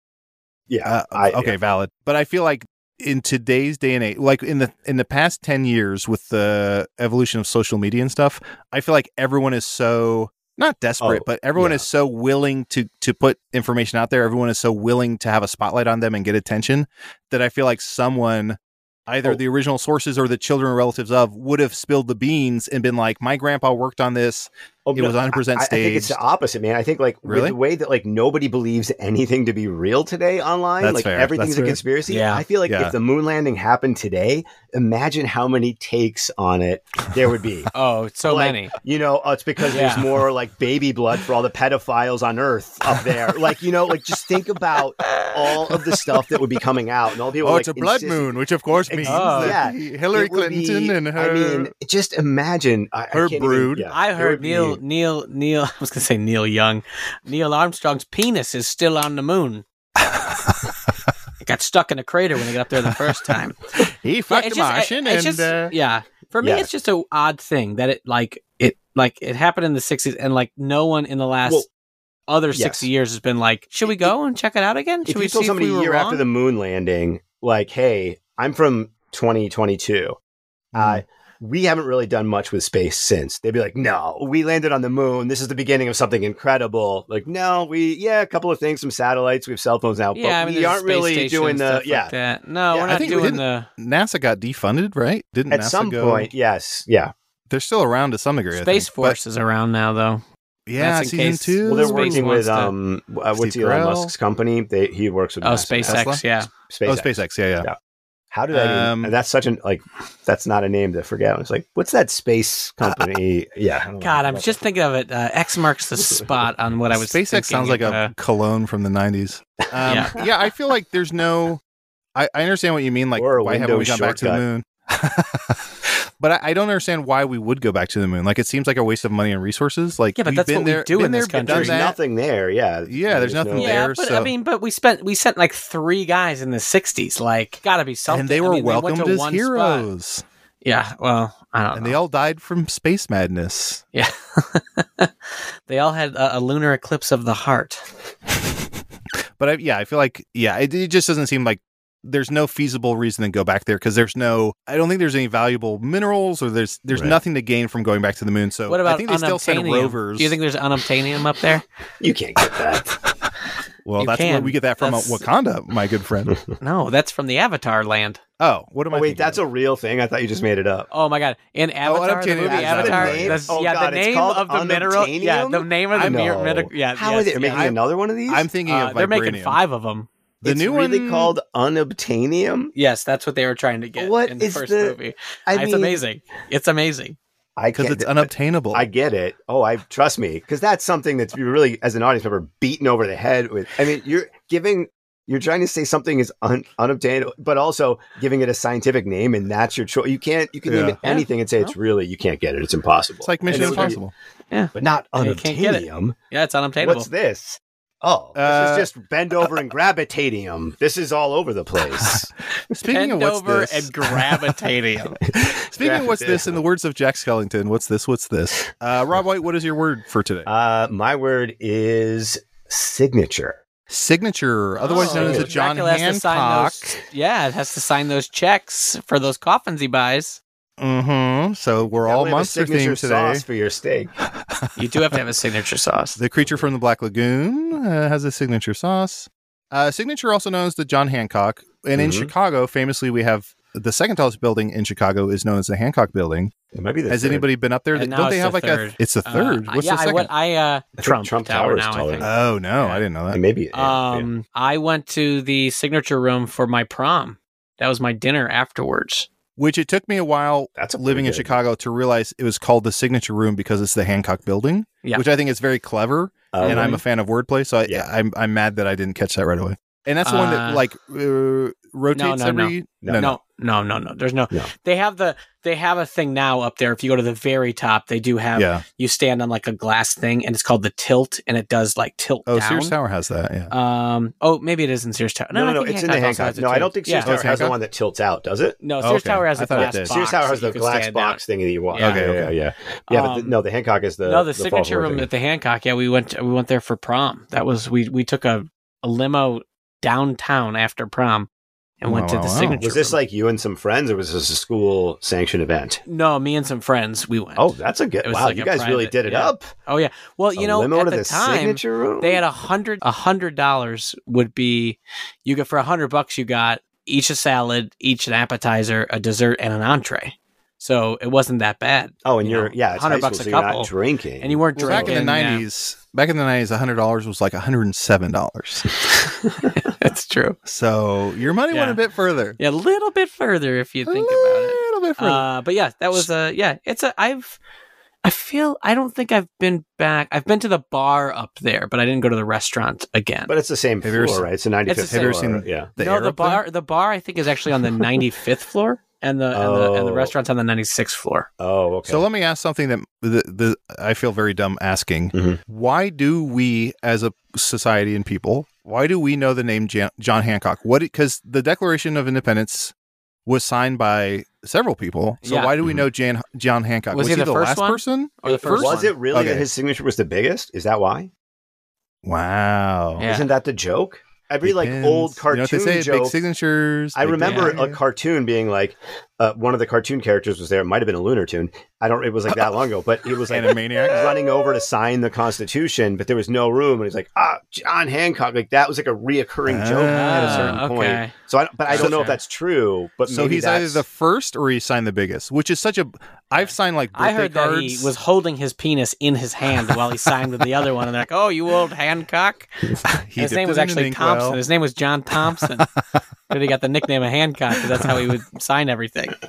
[SPEAKER 4] Yeah.
[SPEAKER 2] Uh,
[SPEAKER 4] I,
[SPEAKER 2] okay, valid. But I feel like in today's day and age, like in the in the past ten years with the evolution of social media and stuff, I feel like everyone is so not desperate,
[SPEAKER 4] Oh,
[SPEAKER 2] but everyone
[SPEAKER 4] yeah.
[SPEAKER 2] is so willing to to put information out there. Everyone is so willing to have a spotlight on them and get attention that I feel like someone. Either
[SPEAKER 4] Oh.
[SPEAKER 2] the original sources or the children or relatives of would have spilled the beans and been like, "My grandpa worked on this.
[SPEAKER 4] Oh,
[SPEAKER 2] It was 100%
[SPEAKER 4] I, I think it's the
[SPEAKER 2] staged.
[SPEAKER 4] opposite, man. I think like with
[SPEAKER 2] Really?
[SPEAKER 4] the way that like nobody believes anything to be real today online,
[SPEAKER 2] That's
[SPEAKER 4] like
[SPEAKER 2] fair.
[SPEAKER 4] everything's
[SPEAKER 2] That's
[SPEAKER 4] a
[SPEAKER 2] fair.
[SPEAKER 4] conspiracy.
[SPEAKER 3] Yeah.
[SPEAKER 4] I feel like
[SPEAKER 2] Yeah.
[SPEAKER 4] if the moon landing happened today, imagine how many takes on it there would be.
[SPEAKER 3] Oh, so
[SPEAKER 4] Like,
[SPEAKER 3] many.
[SPEAKER 4] You know, oh, it's because
[SPEAKER 3] Yeah.
[SPEAKER 4] there's more like baby blood for all the pedophiles on Earth up there. like, you know, like just think about all of the stuff that would be coming out and all the people.
[SPEAKER 2] Oh,
[SPEAKER 4] like,
[SPEAKER 2] it's a blood
[SPEAKER 4] insisting-
[SPEAKER 2] moon, which of course means
[SPEAKER 3] Exactly.
[SPEAKER 2] that Hillary
[SPEAKER 4] It would be-
[SPEAKER 2] Clinton and her.
[SPEAKER 4] I mean, just imagine I, I
[SPEAKER 2] her
[SPEAKER 4] can't even-
[SPEAKER 2] brood.
[SPEAKER 4] yeah.
[SPEAKER 3] I
[SPEAKER 4] It
[SPEAKER 3] heard
[SPEAKER 4] would
[SPEAKER 3] Neil,
[SPEAKER 4] be-
[SPEAKER 3] Neil, Neil. I was gonna say Neil Young, Neil Armstrong's penis is still on the moon. it got stuck in a crater when he got up there the first time.
[SPEAKER 2] He fucked a
[SPEAKER 3] Yeah, it's just-
[SPEAKER 2] Martian,
[SPEAKER 3] I- it's
[SPEAKER 2] and
[SPEAKER 3] just-
[SPEAKER 2] uh,
[SPEAKER 3] yeah, for me,
[SPEAKER 4] Yeah.
[SPEAKER 3] it's just an odd thing that it like it like it happened in the sixties, and like no one in the last
[SPEAKER 4] Well,
[SPEAKER 3] other
[SPEAKER 4] yes.
[SPEAKER 3] sixty years has been like, should we go and check it out again? Should
[SPEAKER 4] if
[SPEAKER 3] we
[SPEAKER 4] you told
[SPEAKER 3] see
[SPEAKER 4] somebody
[SPEAKER 3] if we
[SPEAKER 4] a
[SPEAKER 3] were
[SPEAKER 4] year
[SPEAKER 3] wrong?
[SPEAKER 4] after the moon landing, like, hey, I'm from 2022. Uh,
[SPEAKER 3] Hmm.
[SPEAKER 4] we haven't really done much with space since. They'd be like, no, we landed on the moon. This is the beginning of something incredible. Like, no, we, yeah, a couple of things, some satellites, we have cell phones now,
[SPEAKER 3] yeah, I mean,
[SPEAKER 4] but we
[SPEAKER 3] there's a
[SPEAKER 4] aren't
[SPEAKER 3] space
[SPEAKER 4] really
[SPEAKER 3] station
[SPEAKER 4] doing
[SPEAKER 3] and
[SPEAKER 4] the,
[SPEAKER 3] stuff
[SPEAKER 4] yeah.
[SPEAKER 3] like that. No,
[SPEAKER 4] Yeah,
[SPEAKER 3] we're
[SPEAKER 4] I
[SPEAKER 3] not
[SPEAKER 2] think we
[SPEAKER 3] doing
[SPEAKER 2] didn't-
[SPEAKER 3] the
[SPEAKER 2] NASA got defunded, right? Didn't
[SPEAKER 4] At
[SPEAKER 2] NASA
[SPEAKER 4] some
[SPEAKER 2] go-
[SPEAKER 4] point, yes, yeah.
[SPEAKER 2] They're still around to some degree. I
[SPEAKER 3] space
[SPEAKER 2] think, but-
[SPEAKER 3] force is around now though.
[SPEAKER 2] yeah,
[SPEAKER 3] That's in
[SPEAKER 2] season
[SPEAKER 3] case-
[SPEAKER 2] two.
[SPEAKER 4] Well, they're
[SPEAKER 3] Space
[SPEAKER 4] working
[SPEAKER 3] wants
[SPEAKER 4] with
[SPEAKER 3] to-
[SPEAKER 4] um, uh, what's
[SPEAKER 2] Steve
[SPEAKER 4] Elon
[SPEAKER 2] Carell.
[SPEAKER 4] Musk's company? They, he works with
[SPEAKER 3] Oh,
[SPEAKER 4] NASA.
[SPEAKER 3] SpaceX,
[SPEAKER 2] Tesla?
[SPEAKER 3] yeah.
[SPEAKER 4] SpaceX.
[SPEAKER 2] Oh, SpaceX. Yeah, yeah.
[SPEAKER 4] Yeah. How did I?
[SPEAKER 2] Um,
[SPEAKER 4] even, that's such an like. That's not a name to forget. It's like, what's that space company? yeah. I don't know.
[SPEAKER 3] God, I'm just thinking of it. Uh, X marks the spot on what I was.
[SPEAKER 2] SpaceX
[SPEAKER 3] thinking,
[SPEAKER 2] sounds like a
[SPEAKER 3] uh,
[SPEAKER 2] cologne from the '90s. Um,
[SPEAKER 3] Yeah.
[SPEAKER 2] yeah. I feel like there's no. I, I understand what you mean. Like,
[SPEAKER 4] Or a
[SPEAKER 2] why haven't we
[SPEAKER 4] Windows
[SPEAKER 2] gone back to the
[SPEAKER 4] shortcut.
[SPEAKER 2] moon? but I, I don't understand why we would go back to the moon. Like, it seems like a waste of money and resources. Like,
[SPEAKER 3] Yeah, but
[SPEAKER 2] we've
[SPEAKER 3] that's
[SPEAKER 2] been
[SPEAKER 3] what we
[SPEAKER 2] there,
[SPEAKER 3] do
[SPEAKER 2] been
[SPEAKER 3] in
[SPEAKER 2] there,
[SPEAKER 3] this
[SPEAKER 2] been
[SPEAKER 3] country.
[SPEAKER 4] There's
[SPEAKER 2] Done that.
[SPEAKER 4] nothing there. Yeah.
[SPEAKER 2] Yeah, there's nothing there.
[SPEAKER 3] yeah, but I
[SPEAKER 2] so-
[SPEAKER 3] mean, but we spent we sent like three guys in the '60s. Like, gotta be something.
[SPEAKER 2] And they
[SPEAKER 3] I
[SPEAKER 2] were
[SPEAKER 3] mean, went
[SPEAKER 2] welcomed
[SPEAKER 3] to
[SPEAKER 2] as
[SPEAKER 3] one spot. Uh-huh.
[SPEAKER 2] heroes.
[SPEAKER 3] Yeah. Well, I don't
[SPEAKER 2] And
[SPEAKER 3] know.
[SPEAKER 2] they all died from space madness.
[SPEAKER 3] yeah. they all had a, a lunar eclipse of the heart.
[SPEAKER 2] But I, yeah, I feel like yeah, it, it just doesn't seem like there's no feasible reason to go back there because there's no. I don't think there's any valuable minerals or there's there's
[SPEAKER 4] Right.
[SPEAKER 2] nothing to gain from going back to the moon. So
[SPEAKER 3] What about
[SPEAKER 2] I think they still send
[SPEAKER 3] unobtainium?
[SPEAKER 2] rovers.
[SPEAKER 3] Do you think there's unobtainium up there?
[SPEAKER 4] You can't get that.
[SPEAKER 2] well,
[SPEAKER 3] you
[SPEAKER 2] that's where
[SPEAKER 3] can.
[SPEAKER 2] we get that from uh,
[SPEAKER 3] That's-
[SPEAKER 2] Wakanda, my good friend.
[SPEAKER 3] No, that's from the Avatar land.
[SPEAKER 2] Oh, what am I?
[SPEAKER 4] oh, wait,
[SPEAKER 2] thinking
[SPEAKER 4] that's
[SPEAKER 2] of?
[SPEAKER 4] a real thing. I thought you just made it up.
[SPEAKER 3] Oh my god! In Avatar, the
[SPEAKER 2] unobtainium
[SPEAKER 3] movie
[SPEAKER 2] is that
[SPEAKER 3] Avatar,
[SPEAKER 2] the name?
[SPEAKER 3] that's-
[SPEAKER 4] Oh,
[SPEAKER 3] yeah,
[SPEAKER 4] God,
[SPEAKER 3] the
[SPEAKER 4] it's
[SPEAKER 3] name
[SPEAKER 4] called
[SPEAKER 3] of the mineral, yeah,
[SPEAKER 4] unobtainium?
[SPEAKER 3] the name of the
[SPEAKER 2] I
[SPEAKER 3] mir-
[SPEAKER 4] know.
[SPEAKER 3] mineral, yeah.
[SPEAKER 4] How
[SPEAKER 3] yes,
[SPEAKER 4] are they
[SPEAKER 3] yeah.
[SPEAKER 4] are making another one of these?
[SPEAKER 2] I'm thinking
[SPEAKER 3] Uh,
[SPEAKER 2] of
[SPEAKER 3] they're making
[SPEAKER 2] vibranium.
[SPEAKER 3] five of them.
[SPEAKER 2] The
[SPEAKER 4] it's
[SPEAKER 2] new
[SPEAKER 4] really
[SPEAKER 2] one
[SPEAKER 4] called unobtainium.
[SPEAKER 3] Yes, that's what they were trying to get
[SPEAKER 4] What
[SPEAKER 3] in the
[SPEAKER 4] is
[SPEAKER 3] first
[SPEAKER 4] the-
[SPEAKER 3] movie. Uh,
[SPEAKER 4] I
[SPEAKER 3] it's
[SPEAKER 4] mean,
[SPEAKER 3] amazing. It's amazing.
[SPEAKER 4] I
[SPEAKER 2] because
[SPEAKER 4] can't.
[SPEAKER 2] it's unobtainable.
[SPEAKER 4] I get it. Oh, I trust me because that's something that's you really, as an audience member, beaten over the head with. I mean, you're giving, you're trying to say something is un, unobtainable, but also giving it a scientific name, and that's your choice. You can't, you can name
[SPEAKER 2] Yeah.
[SPEAKER 4] it anything and say it's really, you can't get it. It's impossible.
[SPEAKER 2] it's like
[SPEAKER 4] And
[SPEAKER 2] Mission
[SPEAKER 4] it would be-
[SPEAKER 2] Impossible.
[SPEAKER 4] but not
[SPEAKER 3] Yeah, you can't get it.
[SPEAKER 4] unobtainium.
[SPEAKER 3] Yeah, it's unobtainable.
[SPEAKER 4] What's this? Oh, this
[SPEAKER 2] Uh,
[SPEAKER 4] is just bend over and gravitatium. This is all over the place.
[SPEAKER 2] Speaking of
[SPEAKER 3] Bend
[SPEAKER 2] what's
[SPEAKER 3] over
[SPEAKER 2] this,
[SPEAKER 3] and gravitatium.
[SPEAKER 2] speaking of what's this, in the words of Jack Skellington, what's this? What's this? Uh, Rob White, what is your word for today?
[SPEAKER 4] uh, my word is signature.
[SPEAKER 2] Signature, otherwise
[SPEAKER 3] Oh,
[SPEAKER 2] known as a
[SPEAKER 4] signature.
[SPEAKER 2] John
[SPEAKER 3] Dracula has to sign
[SPEAKER 2] Hancock.
[SPEAKER 3] those- yeah, it has to sign those checks for those coffins he buys.
[SPEAKER 2] Mm-hmm. So we're
[SPEAKER 4] Now
[SPEAKER 2] all
[SPEAKER 4] we have a
[SPEAKER 2] monster
[SPEAKER 4] signature
[SPEAKER 2] themed today.
[SPEAKER 4] Sauce for your steak.
[SPEAKER 3] You do have to have a signature sauce.
[SPEAKER 2] The creature from the Black Lagoon uh, has a signature sauce. Uh, signature, also known as the John Hancock, and in
[SPEAKER 4] Mhm.
[SPEAKER 2] Chicago, famously, we have the second tallest building in Chicago is known as the Hancock Building.
[SPEAKER 4] It might be the
[SPEAKER 2] Has
[SPEAKER 4] third.
[SPEAKER 2] anybody been up there?
[SPEAKER 3] And now
[SPEAKER 2] Don't they
[SPEAKER 3] it's
[SPEAKER 2] have
[SPEAKER 3] the
[SPEAKER 2] like
[SPEAKER 3] third.
[SPEAKER 2] a? It's the
[SPEAKER 3] Uh,
[SPEAKER 2] third. What's
[SPEAKER 3] yeah,
[SPEAKER 2] the second?
[SPEAKER 3] I went. I uh,
[SPEAKER 4] think
[SPEAKER 3] Trump,
[SPEAKER 4] Trump
[SPEAKER 3] Tower,
[SPEAKER 4] Tower is
[SPEAKER 3] now. I
[SPEAKER 4] taller
[SPEAKER 3] think.
[SPEAKER 4] than
[SPEAKER 2] oh no,
[SPEAKER 3] Yeah.
[SPEAKER 2] I didn't know that.
[SPEAKER 4] And maybe it- yeah.
[SPEAKER 3] Um, I went to the signature room for my prom. That was my dinner afterwards.
[SPEAKER 2] which it took me a while
[SPEAKER 4] That's a pretty
[SPEAKER 2] living in
[SPEAKER 4] good-
[SPEAKER 2] Chicago to realize it was called the Signature Room because it's the Hancock Building,
[SPEAKER 3] Yeah.
[SPEAKER 2] which I think is very clever.
[SPEAKER 4] Oh,
[SPEAKER 2] and I'm a
[SPEAKER 4] right.
[SPEAKER 2] fan of wordplay, so I,
[SPEAKER 4] Yeah.
[SPEAKER 2] I'm I'm mad that I didn't catch that right away. And that's the one that
[SPEAKER 3] Uh,
[SPEAKER 2] like uh, rotates
[SPEAKER 3] no, no.
[SPEAKER 2] every.
[SPEAKER 4] No,
[SPEAKER 3] No, no, no, no, There's no,
[SPEAKER 4] No.
[SPEAKER 3] They have the. They have a thing now up there. If you go to the very top, they do have.
[SPEAKER 2] yeah.
[SPEAKER 3] You stand on like a glass thing, and it's called the tilt, and it does like tilt.
[SPEAKER 2] Oh,
[SPEAKER 3] down.
[SPEAKER 2] Sears Tower has that. Yeah.
[SPEAKER 3] Um. Oh, maybe it is in Sears Tower.
[SPEAKER 4] no, no,
[SPEAKER 3] I
[SPEAKER 4] no,
[SPEAKER 3] think
[SPEAKER 4] it's in the
[SPEAKER 3] Hancock also
[SPEAKER 4] Hancock.
[SPEAKER 3] has a
[SPEAKER 4] No, I
[SPEAKER 3] tilt.
[SPEAKER 4] don't think
[SPEAKER 3] Yeah.
[SPEAKER 4] Sears Tower has the
[SPEAKER 2] Hancock?
[SPEAKER 4] one that tilts out, does it?
[SPEAKER 3] No, Sears
[SPEAKER 2] Okay.
[SPEAKER 3] Tower has
[SPEAKER 2] I
[SPEAKER 3] a
[SPEAKER 2] thought it
[SPEAKER 3] glass
[SPEAKER 2] did.
[SPEAKER 3] box.
[SPEAKER 4] Sears Tower
[SPEAKER 3] that
[SPEAKER 4] has
[SPEAKER 3] you
[SPEAKER 4] the
[SPEAKER 3] can
[SPEAKER 4] glass
[SPEAKER 3] stand down.
[SPEAKER 4] box thing that you walk.
[SPEAKER 3] Yeah.
[SPEAKER 4] yeah,
[SPEAKER 2] Okay,
[SPEAKER 4] yeah,
[SPEAKER 2] okay.
[SPEAKER 4] yeah. Yeah, but the,
[SPEAKER 3] Um,
[SPEAKER 4] no, the Hancock is the
[SPEAKER 3] no, the,
[SPEAKER 4] fall
[SPEAKER 3] signature
[SPEAKER 4] floor
[SPEAKER 3] room
[SPEAKER 4] thing.
[SPEAKER 3] at the Hancock. Yeah, we went. We went there for prom. That was we. We took a, a limo downtown after prom, and went
[SPEAKER 2] Wow,
[SPEAKER 3] to the
[SPEAKER 2] wow, wow.
[SPEAKER 3] signature.
[SPEAKER 4] Was this
[SPEAKER 3] room.
[SPEAKER 4] like you and some friends, or was this a school sanctioned event?
[SPEAKER 3] No, me and some friends. We went.
[SPEAKER 4] Oh, that's a good
[SPEAKER 3] It was
[SPEAKER 4] wow!
[SPEAKER 3] like
[SPEAKER 4] you
[SPEAKER 3] a
[SPEAKER 4] guys really
[SPEAKER 3] private-
[SPEAKER 4] did it
[SPEAKER 3] yeah.
[SPEAKER 4] up.
[SPEAKER 3] Oh yeah. Well, you
[SPEAKER 4] a
[SPEAKER 3] know,
[SPEAKER 4] limo
[SPEAKER 3] at
[SPEAKER 4] to
[SPEAKER 3] the,
[SPEAKER 4] the
[SPEAKER 3] time
[SPEAKER 4] signature room.
[SPEAKER 3] they had a hundred a hundred dollars would be you get for a hundred bucks you got each a salad, each an appetizer, a dessert, and an entree. So it wasn't that bad.
[SPEAKER 4] oh, and
[SPEAKER 3] you
[SPEAKER 4] you're
[SPEAKER 3] know,
[SPEAKER 4] yeah, it's high
[SPEAKER 3] 100 bucks
[SPEAKER 4] school,
[SPEAKER 3] a
[SPEAKER 4] so you're not
[SPEAKER 3] couple.
[SPEAKER 4] drinking,
[SPEAKER 3] And you weren't
[SPEAKER 2] Well, back
[SPEAKER 3] drinking
[SPEAKER 2] in the '90s, back in the '90s, hundred dollars was like hundred and seven dollars.
[SPEAKER 3] '90s. That's true.
[SPEAKER 2] so your money went
[SPEAKER 3] Yeah.
[SPEAKER 2] a bit further.
[SPEAKER 3] Yeah, a little bit further if you
[SPEAKER 2] a
[SPEAKER 3] think about it.
[SPEAKER 2] little bit further.
[SPEAKER 3] Uh, but yeah, that was a yeah. It's a I've I feel I don't think I've been back. I've been to the bar up there, but I didn't go to the restaurant again.
[SPEAKER 4] but it's the same
[SPEAKER 2] Have you
[SPEAKER 4] floor,
[SPEAKER 2] ever seen-
[SPEAKER 4] right? It's a 95th
[SPEAKER 3] It's the
[SPEAKER 4] floor.
[SPEAKER 2] same- Have you ever seen-
[SPEAKER 4] yeah.
[SPEAKER 3] no,
[SPEAKER 2] air
[SPEAKER 3] the
[SPEAKER 2] up there?
[SPEAKER 3] bar the bar I think is actually on the 95th floor and the, and the and the
[SPEAKER 4] Oh.
[SPEAKER 3] restaurant's on the 96th floor.
[SPEAKER 4] Oh, okay.
[SPEAKER 2] So let me ask something that the, the I feel very dumb asking.
[SPEAKER 4] Mhm.
[SPEAKER 2] Why do we, as a society and people, why do we know the name Jan- John Hancock? What? Because the Declaration of Independence was signed by several people. So
[SPEAKER 3] Yeah.
[SPEAKER 2] why do we
[SPEAKER 4] Mhm.
[SPEAKER 2] know Jan- John Hancock?
[SPEAKER 3] Was he the first
[SPEAKER 2] last
[SPEAKER 3] one?
[SPEAKER 2] person?
[SPEAKER 3] Or the first
[SPEAKER 4] was
[SPEAKER 3] one.
[SPEAKER 4] it really that
[SPEAKER 2] Okay.
[SPEAKER 4] his signature was the biggest? Is that why?
[SPEAKER 2] Wow.
[SPEAKER 3] Yeah.
[SPEAKER 4] Isn't that the joke? Every like
[SPEAKER 2] Depends.
[SPEAKER 4] old
[SPEAKER 2] You know
[SPEAKER 4] cartoon
[SPEAKER 2] what they say? Big
[SPEAKER 4] joke.
[SPEAKER 2] signatures.
[SPEAKER 4] I
[SPEAKER 2] big
[SPEAKER 4] remember
[SPEAKER 2] bang.
[SPEAKER 4] a cartoon being like, uh, one of the cartoon characters was there. It might have been a Lunar Tune. I don't. It was like that long ago, but he was like
[SPEAKER 2] Animaniacs.
[SPEAKER 4] running over to sign the Constitution, but there was no room, and he's like, "Ah, John Hancock." Like that was like a reoccurring joke at a certain
[SPEAKER 3] Ah, okay.
[SPEAKER 4] point. So, I, don't- but I don't know if
[SPEAKER 3] Gotcha.
[SPEAKER 4] that's true. But
[SPEAKER 2] So
[SPEAKER 4] maybe
[SPEAKER 2] he's
[SPEAKER 4] that's,
[SPEAKER 2] either the first or he signed the biggest, which is such a. I've signed like birthday
[SPEAKER 3] I heard
[SPEAKER 2] cards.
[SPEAKER 3] that he was holding his penis in his hand while he signed with the other one, and they're like, "Oh, you old Hancock."
[SPEAKER 2] He
[SPEAKER 3] his
[SPEAKER 2] dipped
[SPEAKER 3] name
[SPEAKER 2] it
[SPEAKER 3] was
[SPEAKER 2] in an
[SPEAKER 3] actually
[SPEAKER 2] inkwell.
[SPEAKER 3] Thompson. His name was John Thompson, but he got the nickname of Hancock because that's how he would sign everything.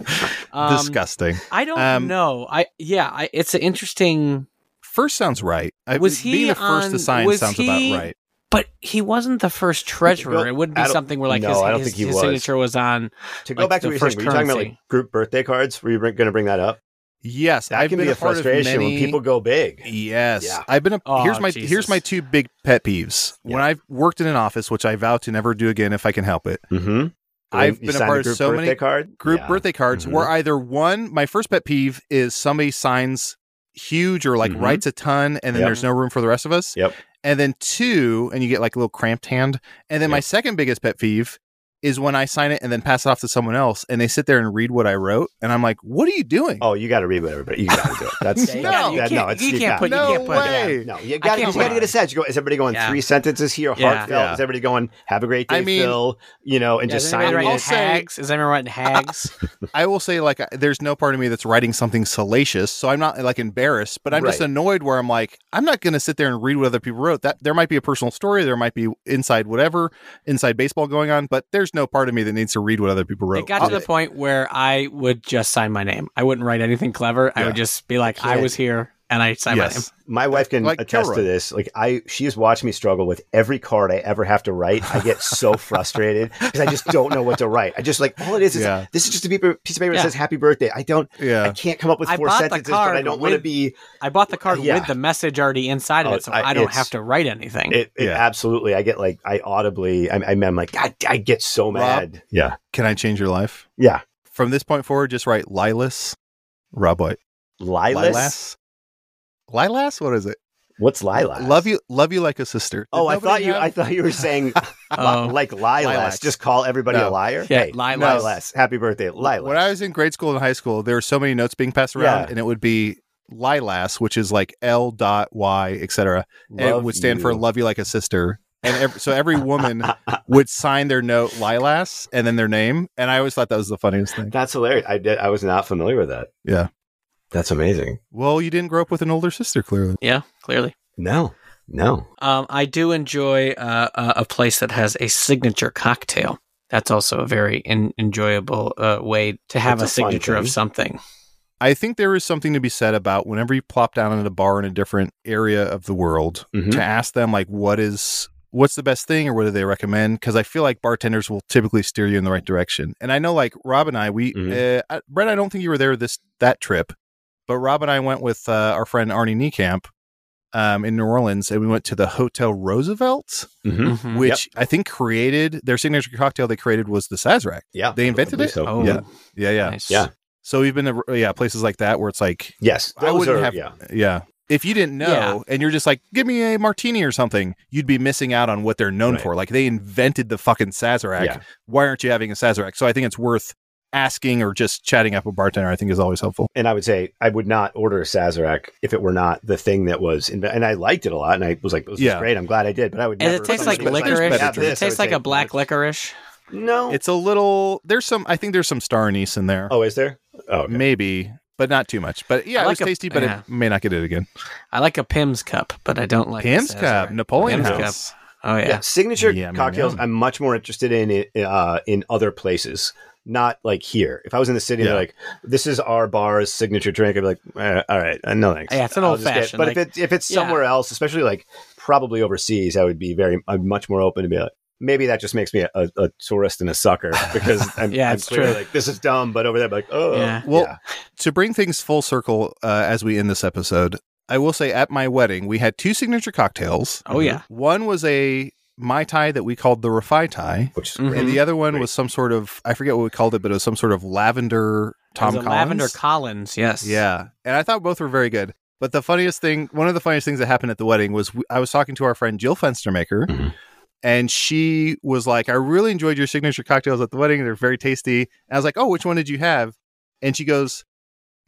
[SPEAKER 3] Um,
[SPEAKER 2] Disgusting.
[SPEAKER 3] I don't
[SPEAKER 2] Um,
[SPEAKER 3] know. I yeah, I, it's an interesting,
[SPEAKER 2] First sounds right. I,
[SPEAKER 3] Was he
[SPEAKER 2] being the first
[SPEAKER 3] on-
[SPEAKER 2] to sign
[SPEAKER 3] was
[SPEAKER 2] sounds
[SPEAKER 3] he-
[SPEAKER 2] about right?
[SPEAKER 3] but he wasn't the first treasurer.
[SPEAKER 4] Well,
[SPEAKER 3] It wouldn't be
[SPEAKER 4] I don't-
[SPEAKER 3] something where like
[SPEAKER 4] no,
[SPEAKER 3] his,
[SPEAKER 4] I don't
[SPEAKER 3] his-
[SPEAKER 4] think he
[SPEAKER 3] his
[SPEAKER 4] was.
[SPEAKER 3] signature was on.
[SPEAKER 4] to go
[SPEAKER 3] like,
[SPEAKER 4] back to
[SPEAKER 3] the
[SPEAKER 4] what you were
[SPEAKER 3] first
[SPEAKER 4] saying. Were you talking about
[SPEAKER 3] currency.
[SPEAKER 4] like group birthday cards? Were you going to bring that up?
[SPEAKER 2] Yes,
[SPEAKER 4] That
[SPEAKER 2] I've
[SPEAKER 4] can
[SPEAKER 2] been
[SPEAKER 4] be a
[SPEAKER 2] part of
[SPEAKER 4] frustration
[SPEAKER 2] many,
[SPEAKER 4] when people go big.
[SPEAKER 2] Yes,
[SPEAKER 4] Yeah.
[SPEAKER 2] I've been a.
[SPEAKER 3] Oh,
[SPEAKER 2] here's my
[SPEAKER 3] Jesus.
[SPEAKER 2] here's my two big pet peeves. When
[SPEAKER 4] Yeah.
[SPEAKER 2] I've worked in an office, which I vow to never do again if I can help it.
[SPEAKER 4] Mm-hmm.
[SPEAKER 2] I've been a part of so many
[SPEAKER 4] card?
[SPEAKER 2] Group
[SPEAKER 4] Yeah.
[SPEAKER 2] birthday cards
[SPEAKER 4] Mhm.
[SPEAKER 2] where either one, my first pet peeve is somebody signs huge or like
[SPEAKER 4] Mhm.
[SPEAKER 2] writes a ton, and then
[SPEAKER 4] Yep.
[SPEAKER 2] there's no room for the rest of us.
[SPEAKER 4] Yep.
[SPEAKER 2] And then two, and you get like a little cramped hand. And then my
[SPEAKER 4] Yep.
[SPEAKER 2] second biggest pet peeve is when I sign it and then pass it off to someone else, and they sit there and read what I wrote, and I'm like, "What are you doing?"
[SPEAKER 4] Oh, you got to read what everybody. You got to do it. That's
[SPEAKER 2] Yeah, you
[SPEAKER 4] that's-
[SPEAKER 2] can't-
[SPEAKER 3] you
[SPEAKER 4] that-
[SPEAKER 3] can't-
[SPEAKER 4] no, it's,
[SPEAKER 3] you can't
[SPEAKER 4] got-
[SPEAKER 3] put-
[SPEAKER 2] no
[SPEAKER 3] you can't put it
[SPEAKER 2] way.
[SPEAKER 4] No, you got to
[SPEAKER 3] can't
[SPEAKER 4] you got to
[SPEAKER 3] put
[SPEAKER 4] get a
[SPEAKER 3] it.
[SPEAKER 4] sense. You go, is everybody going
[SPEAKER 3] Yeah.
[SPEAKER 4] three sentences here?
[SPEAKER 3] Yeah.
[SPEAKER 4] Heartfelt?
[SPEAKER 2] Yeah.
[SPEAKER 4] Is everybody going? Have a great day,
[SPEAKER 2] I mean-
[SPEAKER 4] Phil. You know, and
[SPEAKER 3] Yeah,
[SPEAKER 4] just
[SPEAKER 3] does anybody
[SPEAKER 4] sign
[SPEAKER 3] write
[SPEAKER 4] it.
[SPEAKER 2] I'll say-
[SPEAKER 3] hags? Is anyone writing hags?
[SPEAKER 2] I will say, like, I- there's no part of me that's writing something salacious, so I'm not like embarrassed, but I'm just
[SPEAKER 4] Right.
[SPEAKER 2] annoyed where I'm like, I'm not going to sit there and read what other people wrote. That there might be a personal story, there might be inside whatever, inside baseball going on, but there's no part of me that needs to read what other people wrote.
[SPEAKER 3] It
[SPEAKER 4] Uh,
[SPEAKER 3] got to the point where I would just sign my name. I wouldn't write anything clever. I
[SPEAKER 2] Yeah.
[SPEAKER 3] would just be like, I
[SPEAKER 4] can't-
[SPEAKER 3] was here and I signed my name.
[SPEAKER 2] yes.
[SPEAKER 4] My wife can
[SPEAKER 2] Like
[SPEAKER 4] attest to
[SPEAKER 2] Kilroy.
[SPEAKER 4] this. Like I, she's watched me struggle with every card I ever have to write. I get so frustrated because I just don't know what to write. I just like all it is is
[SPEAKER 2] Yeah.
[SPEAKER 4] this is just a paper- piece of paper
[SPEAKER 3] Yeah.
[SPEAKER 4] that says "Happy Birthday." I don't. I
[SPEAKER 2] Yeah.
[SPEAKER 4] can't come up with
[SPEAKER 3] I
[SPEAKER 4] four
[SPEAKER 3] bought the
[SPEAKER 4] sentences, but I
[SPEAKER 3] card
[SPEAKER 4] don't want to
[SPEAKER 3] with-
[SPEAKER 4] be.
[SPEAKER 3] I bought the card
[SPEAKER 4] Yeah.
[SPEAKER 3] with the message already inside of
[SPEAKER 4] Oh,
[SPEAKER 3] it, so
[SPEAKER 4] I-
[SPEAKER 3] I, don't
[SPEAKER 4] it's-
[SPEAKER 3] have to write anything.
[SPEAKER 4] It, it
[SPEAKER 2] Yeah.
[SPEAKER 4] absolutely. I get like I audibly. I, I'm, I'm like I, I get so mad. Yeah.
[SPEAKER 2] Can I change your life?
[SPEAKER 4] Yeah.
[SPEAKER 2] From this point forward, just write Lilas, Rob White.
[SPEAKER 4] Lilas.
[SPEAKER 2] Lilas? What is it?
[SPEAKER 4] What's lilas?
[SPEAKER 2] Love you, love you like a sister.
[SPEAKER 4] Oh, I
[SPEAKER 2] Nobody
[SPEAKER 4] thought you.
[SPEAKER 2] have-
[SPEAKER 4] I thought you were saying
[SPEAKER 3] Oh.
[SPEAKER 4] like lilas.
[SPEAKER 2] Lilacs.
[SPEAKER 4] Just call everybody
[SPEAKER 2] No.
[SPEAKER 4] a liar.
[SPEAKER 3] Yeah,
[SPEAKER 4] hey,
[SPEAKER 3] lilas.
[SPEAKER 4] lilas. Happy birthday, lilas.
[SPEAKER 2] When I was in grade school and high school, there were so many notes being passed around,
[SPEAKER 4] Yeah.
[SPEAKER 2] and it would be Lilas, which is like L dot Y, etc. And It
[SPEAKER 4] Love
[SPEAKER 2] would stand for
[SPEAKER 4] you.
[SPEAKER 2] "Love You Like a Sister," and ev so every woman would sign their note Lilas and then their name. And I always thought that was the funniest thing.
[SPEAKER 4] That's hilarious. I did, I was not familiar with that.
[SPEAKER 2] Yeah.
[SPEAKER 4] That's amazing.
[SPEAKER 2] Well, you didn't grow up with an older sister, clearly.
[SPEAKER 3] yeah, clearly.
[SPEAKER 4] No, no.
[SPEAKER 3] Um, I do enjoy uh, a, a place that has a signature cocktail. that's also a very en- enjoyable uh, way to have
[SPEAKER 4] It's
[SPEAKER 3] a
[SPEAKER 4] a fun
[SPEAKER 3] signature of
[SPEAKER 4] thing.
[SPEAKER 3] something.
[SPEAKER 2] I think there is something to be said about whenever you plop down at a bar in a different area of the world
[SPEAKER 4] Mhm.
[SPEAKER 2] to ask them like what is what's the best thing or what do they recommend because I feel like bartenders will typically steer you in the right direction. And I know like Rob and I we
[SPEAKER 4] Mhm.
[SPEAKER 2] uh, I- Brett I don't think you were there this that trip, but Rob and I went with uh, our friend Arnie Niekamp um, in New Orleans and we went to the Hotel Roosevelt,
[SPEAKER 4] Mhm.
[SPEAKER 3] With-
[SPEAKER 2] which I think created their signature cocktail they created was the Sazerac.
[SPEAKER 4] Yeah,
[SPEAKER 2] They invented
[SPEAKER 4] I believe
[SPEAKER 2] it?
[SPEAKER 4] So.
[SPEAKER 3] Oh,
[SPEAKER 4] yeah.
[SPEAKER 2] Yeah, yeah.
[SPEAKER 3] nice.
[SPEAKER 4] Yeah.
[SPEAKER 2] So we've been to yeah places like that where it's like
[SPEAKER 4] Yes,
[SPEAKER 2] I
[SPEAKER 4] those
[SPEAKER 2] wouldn't
[SPEAKER 4] are-
[SPEAKER 2] have-
[SPEAKER 4] Yeah,
[SPEAKER 2] Yeah. If you didn't know
[SPEAKER 3] Yeah.
[SPEAKER 2] and you're just like, give me a martini or something, you'd be missing out on what they're known
[SPEAKER 4] Right.
[SPEAKER 2] for. Like they invented the fucking Sazerac.
[SPEAKER 4] Yeah.
[SPEAKER 2] Why aren't you having a Sazerac? So I think it's worth asking or just chatting up a bartender, I think is always helpful.
[SPEAKER 4] and I would say I would not order a Sazerac if it were not the thing that was. Inve- and I liked it a lot, and I was like, "This
[SPEAKER 2] Yeah.
[SPEAKER 4] is great. I'm glad I did." But I would.
[SPEAKER 3] And
[SPEAKER 4] never-
[SPEAKER 3] it tastes
[SPEAKER 4] somebody
[SPEAKER 3] like
[SPEAKER 2] There's
[SPEAKER 4] was
[SPEAKER 2] better
[SPEAKER 3] licorice.
[SPEAKER 4] "Have
[SPEAKER 2] drinks.
[SPEAKER 4] this," I
[SPEAKER 3] It
[SPEAKER 4] would
[SPEAKER 3] tastes like
[SPEAKER 4] say,
[SPEAKER 3] a black
[SPEAKER 4] "What?"
[SPEAKER 3] licorice.
[SPEAKER 4] No.
[SPEAKER 2] It's a little there's some I think there's some star anise in there.
[SPEAKER 4] oh, is there? Oh, okay.
[SPEAKER 2] Maybe, but not too much. But yeah,
[SPEAKER 3] I
[SPEAKER 2] it was
[SPEAKER 3] like a-
[SPEAKER 2] tasty, but
[SPEAKER 3] yeah.
[SPEAKER 2] it may not get it again.
[SPEAKER 3] I like a Pim's cup, but I don't like a
[SPEAKER 2] Pam's
[SPEAKER 3] Sazerac.
[SPEAKER 2] Cup, Napoleon
[SPEAKER 3] Pim's
[SPEAKER 2] House.
[SPEAKER 3] Cup. Oh yeah.
[SPEAKER 4] yeah. signature
[SPEAKER 2] Yum, yum,
[SPEAKER 4] cocktails.
[SPEAKER 2] yum.
[SPEAKER 4] I'm much more interested in it uh, in other places, not like here. If I was in the city,
[SPEAKER 2] Yeah.
[SPEAKER 4] they're like this is our bar's signature drink. I'd be like, eh, all right, uh, no thanks.
[SPEAKER 3] Yeah, it's an
[SPEAKER 4] I'll just get-
[SPEAKER 3] old-fashioned,
[SPEAKER 4] But
[SPEAKER 3] like-
[SPEAKER 4] if it if it's
[SPEAKER 3] Yeah.
[SPEAKER 4] somewhere else, especially like probably overseas, I would be very I'm much more open to be like. Maybe that just makes me a, a, a tourist and a sucker because I'm,
[SPEAKER 3] Yeah,
[SPEAKER 4] I'm
[SPEAKER 3] it's
[SPEAKER 4] clearly
[SPEAKER 3] true.
[SPEAKER 4] like this is dumb, but over there, I'm like oh
[SPEAKER 3] Yeah.
[SPEAKER 2] Well, to bring things full circle uh, as we end this episode, I will say at my wedding, we had two signature cocktails.
[SPEAKER 3] Oh yeah.
[SPEAKER 2] One was a Mai Tai that we called the Refi Tai.
[SPEAKER 4] which is
[SPEAKER 3] Mhm.
[SPEAKER 4] great.
[SPEAKER 2] And the other one
[SPEAKER 4] Great.
[SPEAKER 2] was some sort of, I forget what we called it, but it was some sort of lavender Tom
[SPEAKER 3] It was a
[SPEAKER 2] Collins.
[SPEAKER 3] Lavender Collins. Yes.
[SPEAKER 2] Yeah. And I thought both were very good. But the funniest thing, one of the funniest things that happened at the wedding was w- I was talking to our friend Jill Fenstermaker,
[SPEAKER 4] Mhm.
[SPEAKER 2] and she was like, I really enjoyed your signature cocktails at the wedding. They're very tasty. And I was like, Oh, which one did you have? And she goes,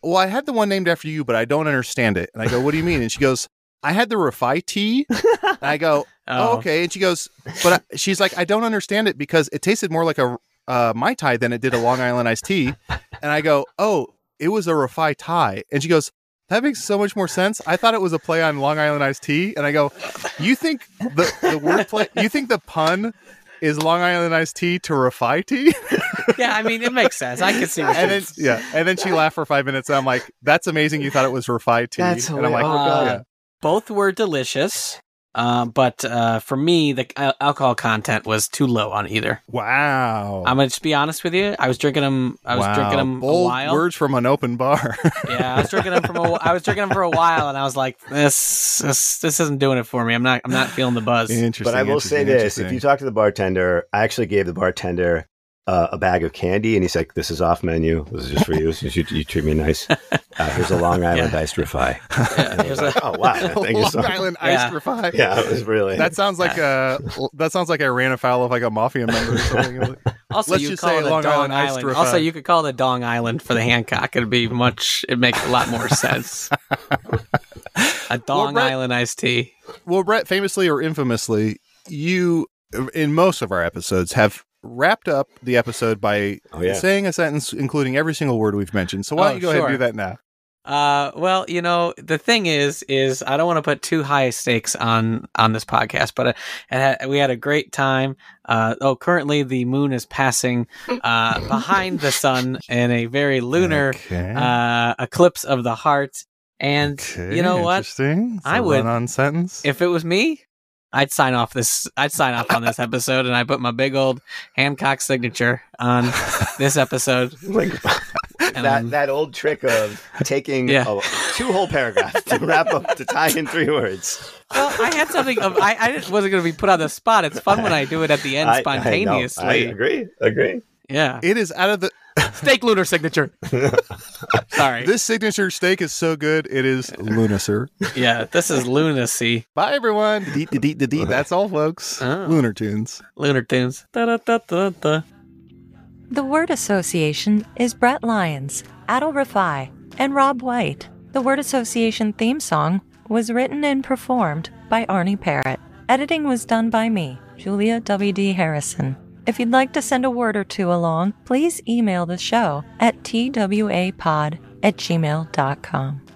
[SPEAKER 2] Well, I had the one named after you, but I don't understand it. And I go, What do you mean? And she goes, I had the Refi tea. And I go,
[SPEAKER 3] Oh,
[SPEAKER 2] oh, okay. And she goes, but I, she's like, I don't understand it because it tasted more like a uh, mai tai than it did a Long Island iced tea. And I go, oh, it was a refi tie. And she goes, that makes so much more sense. I thought it was a play on Long Island iced tea. And I go, you think the the word play, you think the pun is Long Island iced tea to refi tea?
[SPEAKER 3] yeah. I mean, it makes sense. I can see what
[SPEAKER 2] And
[SPEAKER 3] you
[SPEAKER 2] then yeah, and then she laughed for five minutes. And I'm like, that's amazing. You thought it was refi tea.
[SPEAKER 4] That's
[SPEAKER 2] and I'm like,
[SPEAKER 4] hilarious. Oh,
[SPEAKER 3] Uh,
[SPEAKER 2] God.
[SPEAKER 3] Both were delicious, uh, but uh, for me, the al- alcohol content was too low on either.
[SPEAKER 2] wow.
[SPEAKER 3] I'm gonna just be honest with you. I was drinking them. I was
[SPEAKER 2] Oh. Wow.
[SPEAKER 3] drinking them
[SPEAKER 2] Bold
[SPEAKER 3] a while.
[SPEAKER 2] words from an open bar.
[SPEAKER 3] Yeah, I was drinking them from. A, I was drinking them for a while, and I was like, this, this, this isn't doing it for me. I'm not. I'm not feeling the buzz.
[SPEAKER 2] Interesting.
[SPEAKER 4] But I will say
[SPEAKER 2] interesting,
[SPEAKER 4] this: if
[SPEAKER 2] interesting.
[SPEAKER 4] you talk to the bartender, I actually gave the bartender uh, a bag of candy, and he's like, "This is off menu. This is just for you. Since you, you treat me nice, uh, here's a Long Island iced refi." And I was
[SPEAKER 3] here's
[SPEAKER 4] like, oh wow! Thank you so
[SPEAKER 2] Long
[SPEAKER 4] much.
[SPEAKER 2] Island
[SPEAKER 3] Yeah.
[SPEAKER 2] Iced Refi.
[SPEAKER 4] Yeah, it was really.
[SPEAKER 2] That sounds like a that sounds like I ran afoul of like a mafia member or something.
[SPEAKER 3] Also,
[SPEAKER 2] Let's
[SPEAKER 3] you
[SPEAKER 2] just
[SPEAKER 3] call
[SPEAKER 2] say
[SPEAKER 3] it a
[SPEAKER 2] Long
[SPEAKER 3] Dong
[SPEAKER 2] Island iced
[SPEAKER 3] Island.
[SPEAKER 2] refined.
[SPEAKER 3] Also, you could call it a Dong Island for the Hancock. It'd be much. It makes a lot more sense. a Dong
[SPEAKER 2] Brett-
[SPEAKER 3] Island iced tea.
[SPEAKER 2] well, Brett, famously or infamously, you in most of our episodes have wrapped up the episode by
[SPEAKER 4] Oh, yeah.
[SPEAKER 2] saying a sentence including every single word we've mentioned. So why
[SPEAKER 3] Oh,
[SPEAKER 2] don't you go ahead and do
[SPEAKER 3] sure.
[SPEAKER 2] that now?
[SPEAKER 3] Uh, well, you know, the thing is, is I don't want to put too high stakes on on this podcast, but uh, it had, we had a great time. Uh, oh, currently the moon is passing uh, behind the sun in a very lunar
[SPEAKER 2] Okay.
[SPEAKER 3] uh, eclipse of the heart, and you know what?
[SPEAKER 2] Interesting.
[SPEAKER 3] I would-
[SPEAKER 2] on sentence.
[SPEAKER 3] If it was me, I'd sign off this. I'd sign off on this episode, and I put my big old Hancock signature on this episode.
[SPEAKER 4] like that
[SPEAKER 3] Um,
[SPEAKER 4] that old trick of taking
[SPEAKER 3] Yeah.
[SPEAKER 4] a, two whole paragraphs to wrap up to tie in three words.
[SPEAKER 3] Well, I had something of I, I didn't- wasn't going to be put on the spot. It's fun when I do it at the end
[SPEAKER 4] I- I know.
[SPEAKER 3] spontaneously.
[SPEAKER 4] I, agree. Agree.
[SPEAKER 3] yeah,
[SPEAKER 2] it is out of the
[SPEAKER 3] steak lunar signature. Sorry.
[SPEAKER 2] this signature steak is so good it is lunacer.
[SPEAKER 3] yeah, this is lunacy.
[SPEAKER 2] Bye everyone. Deet, deet, deet, deet, deet. That's all folks.
[SPEAKER 3] Oh.
[SPEAKER 2] Lunar tunes.
[SPEAKER 3] Lunar tunes. Da-da-da-da-da.
[SPEAKER 5] The Word Association is Brett Lyons, Adel Rafai, and Rob White. The Word Association theme song was written and performed by Arnie Parrott. Editing was done by me, Julia W.D. Harrison. If you'd like to send a word or two along, please email the show at twapod at gmail.com.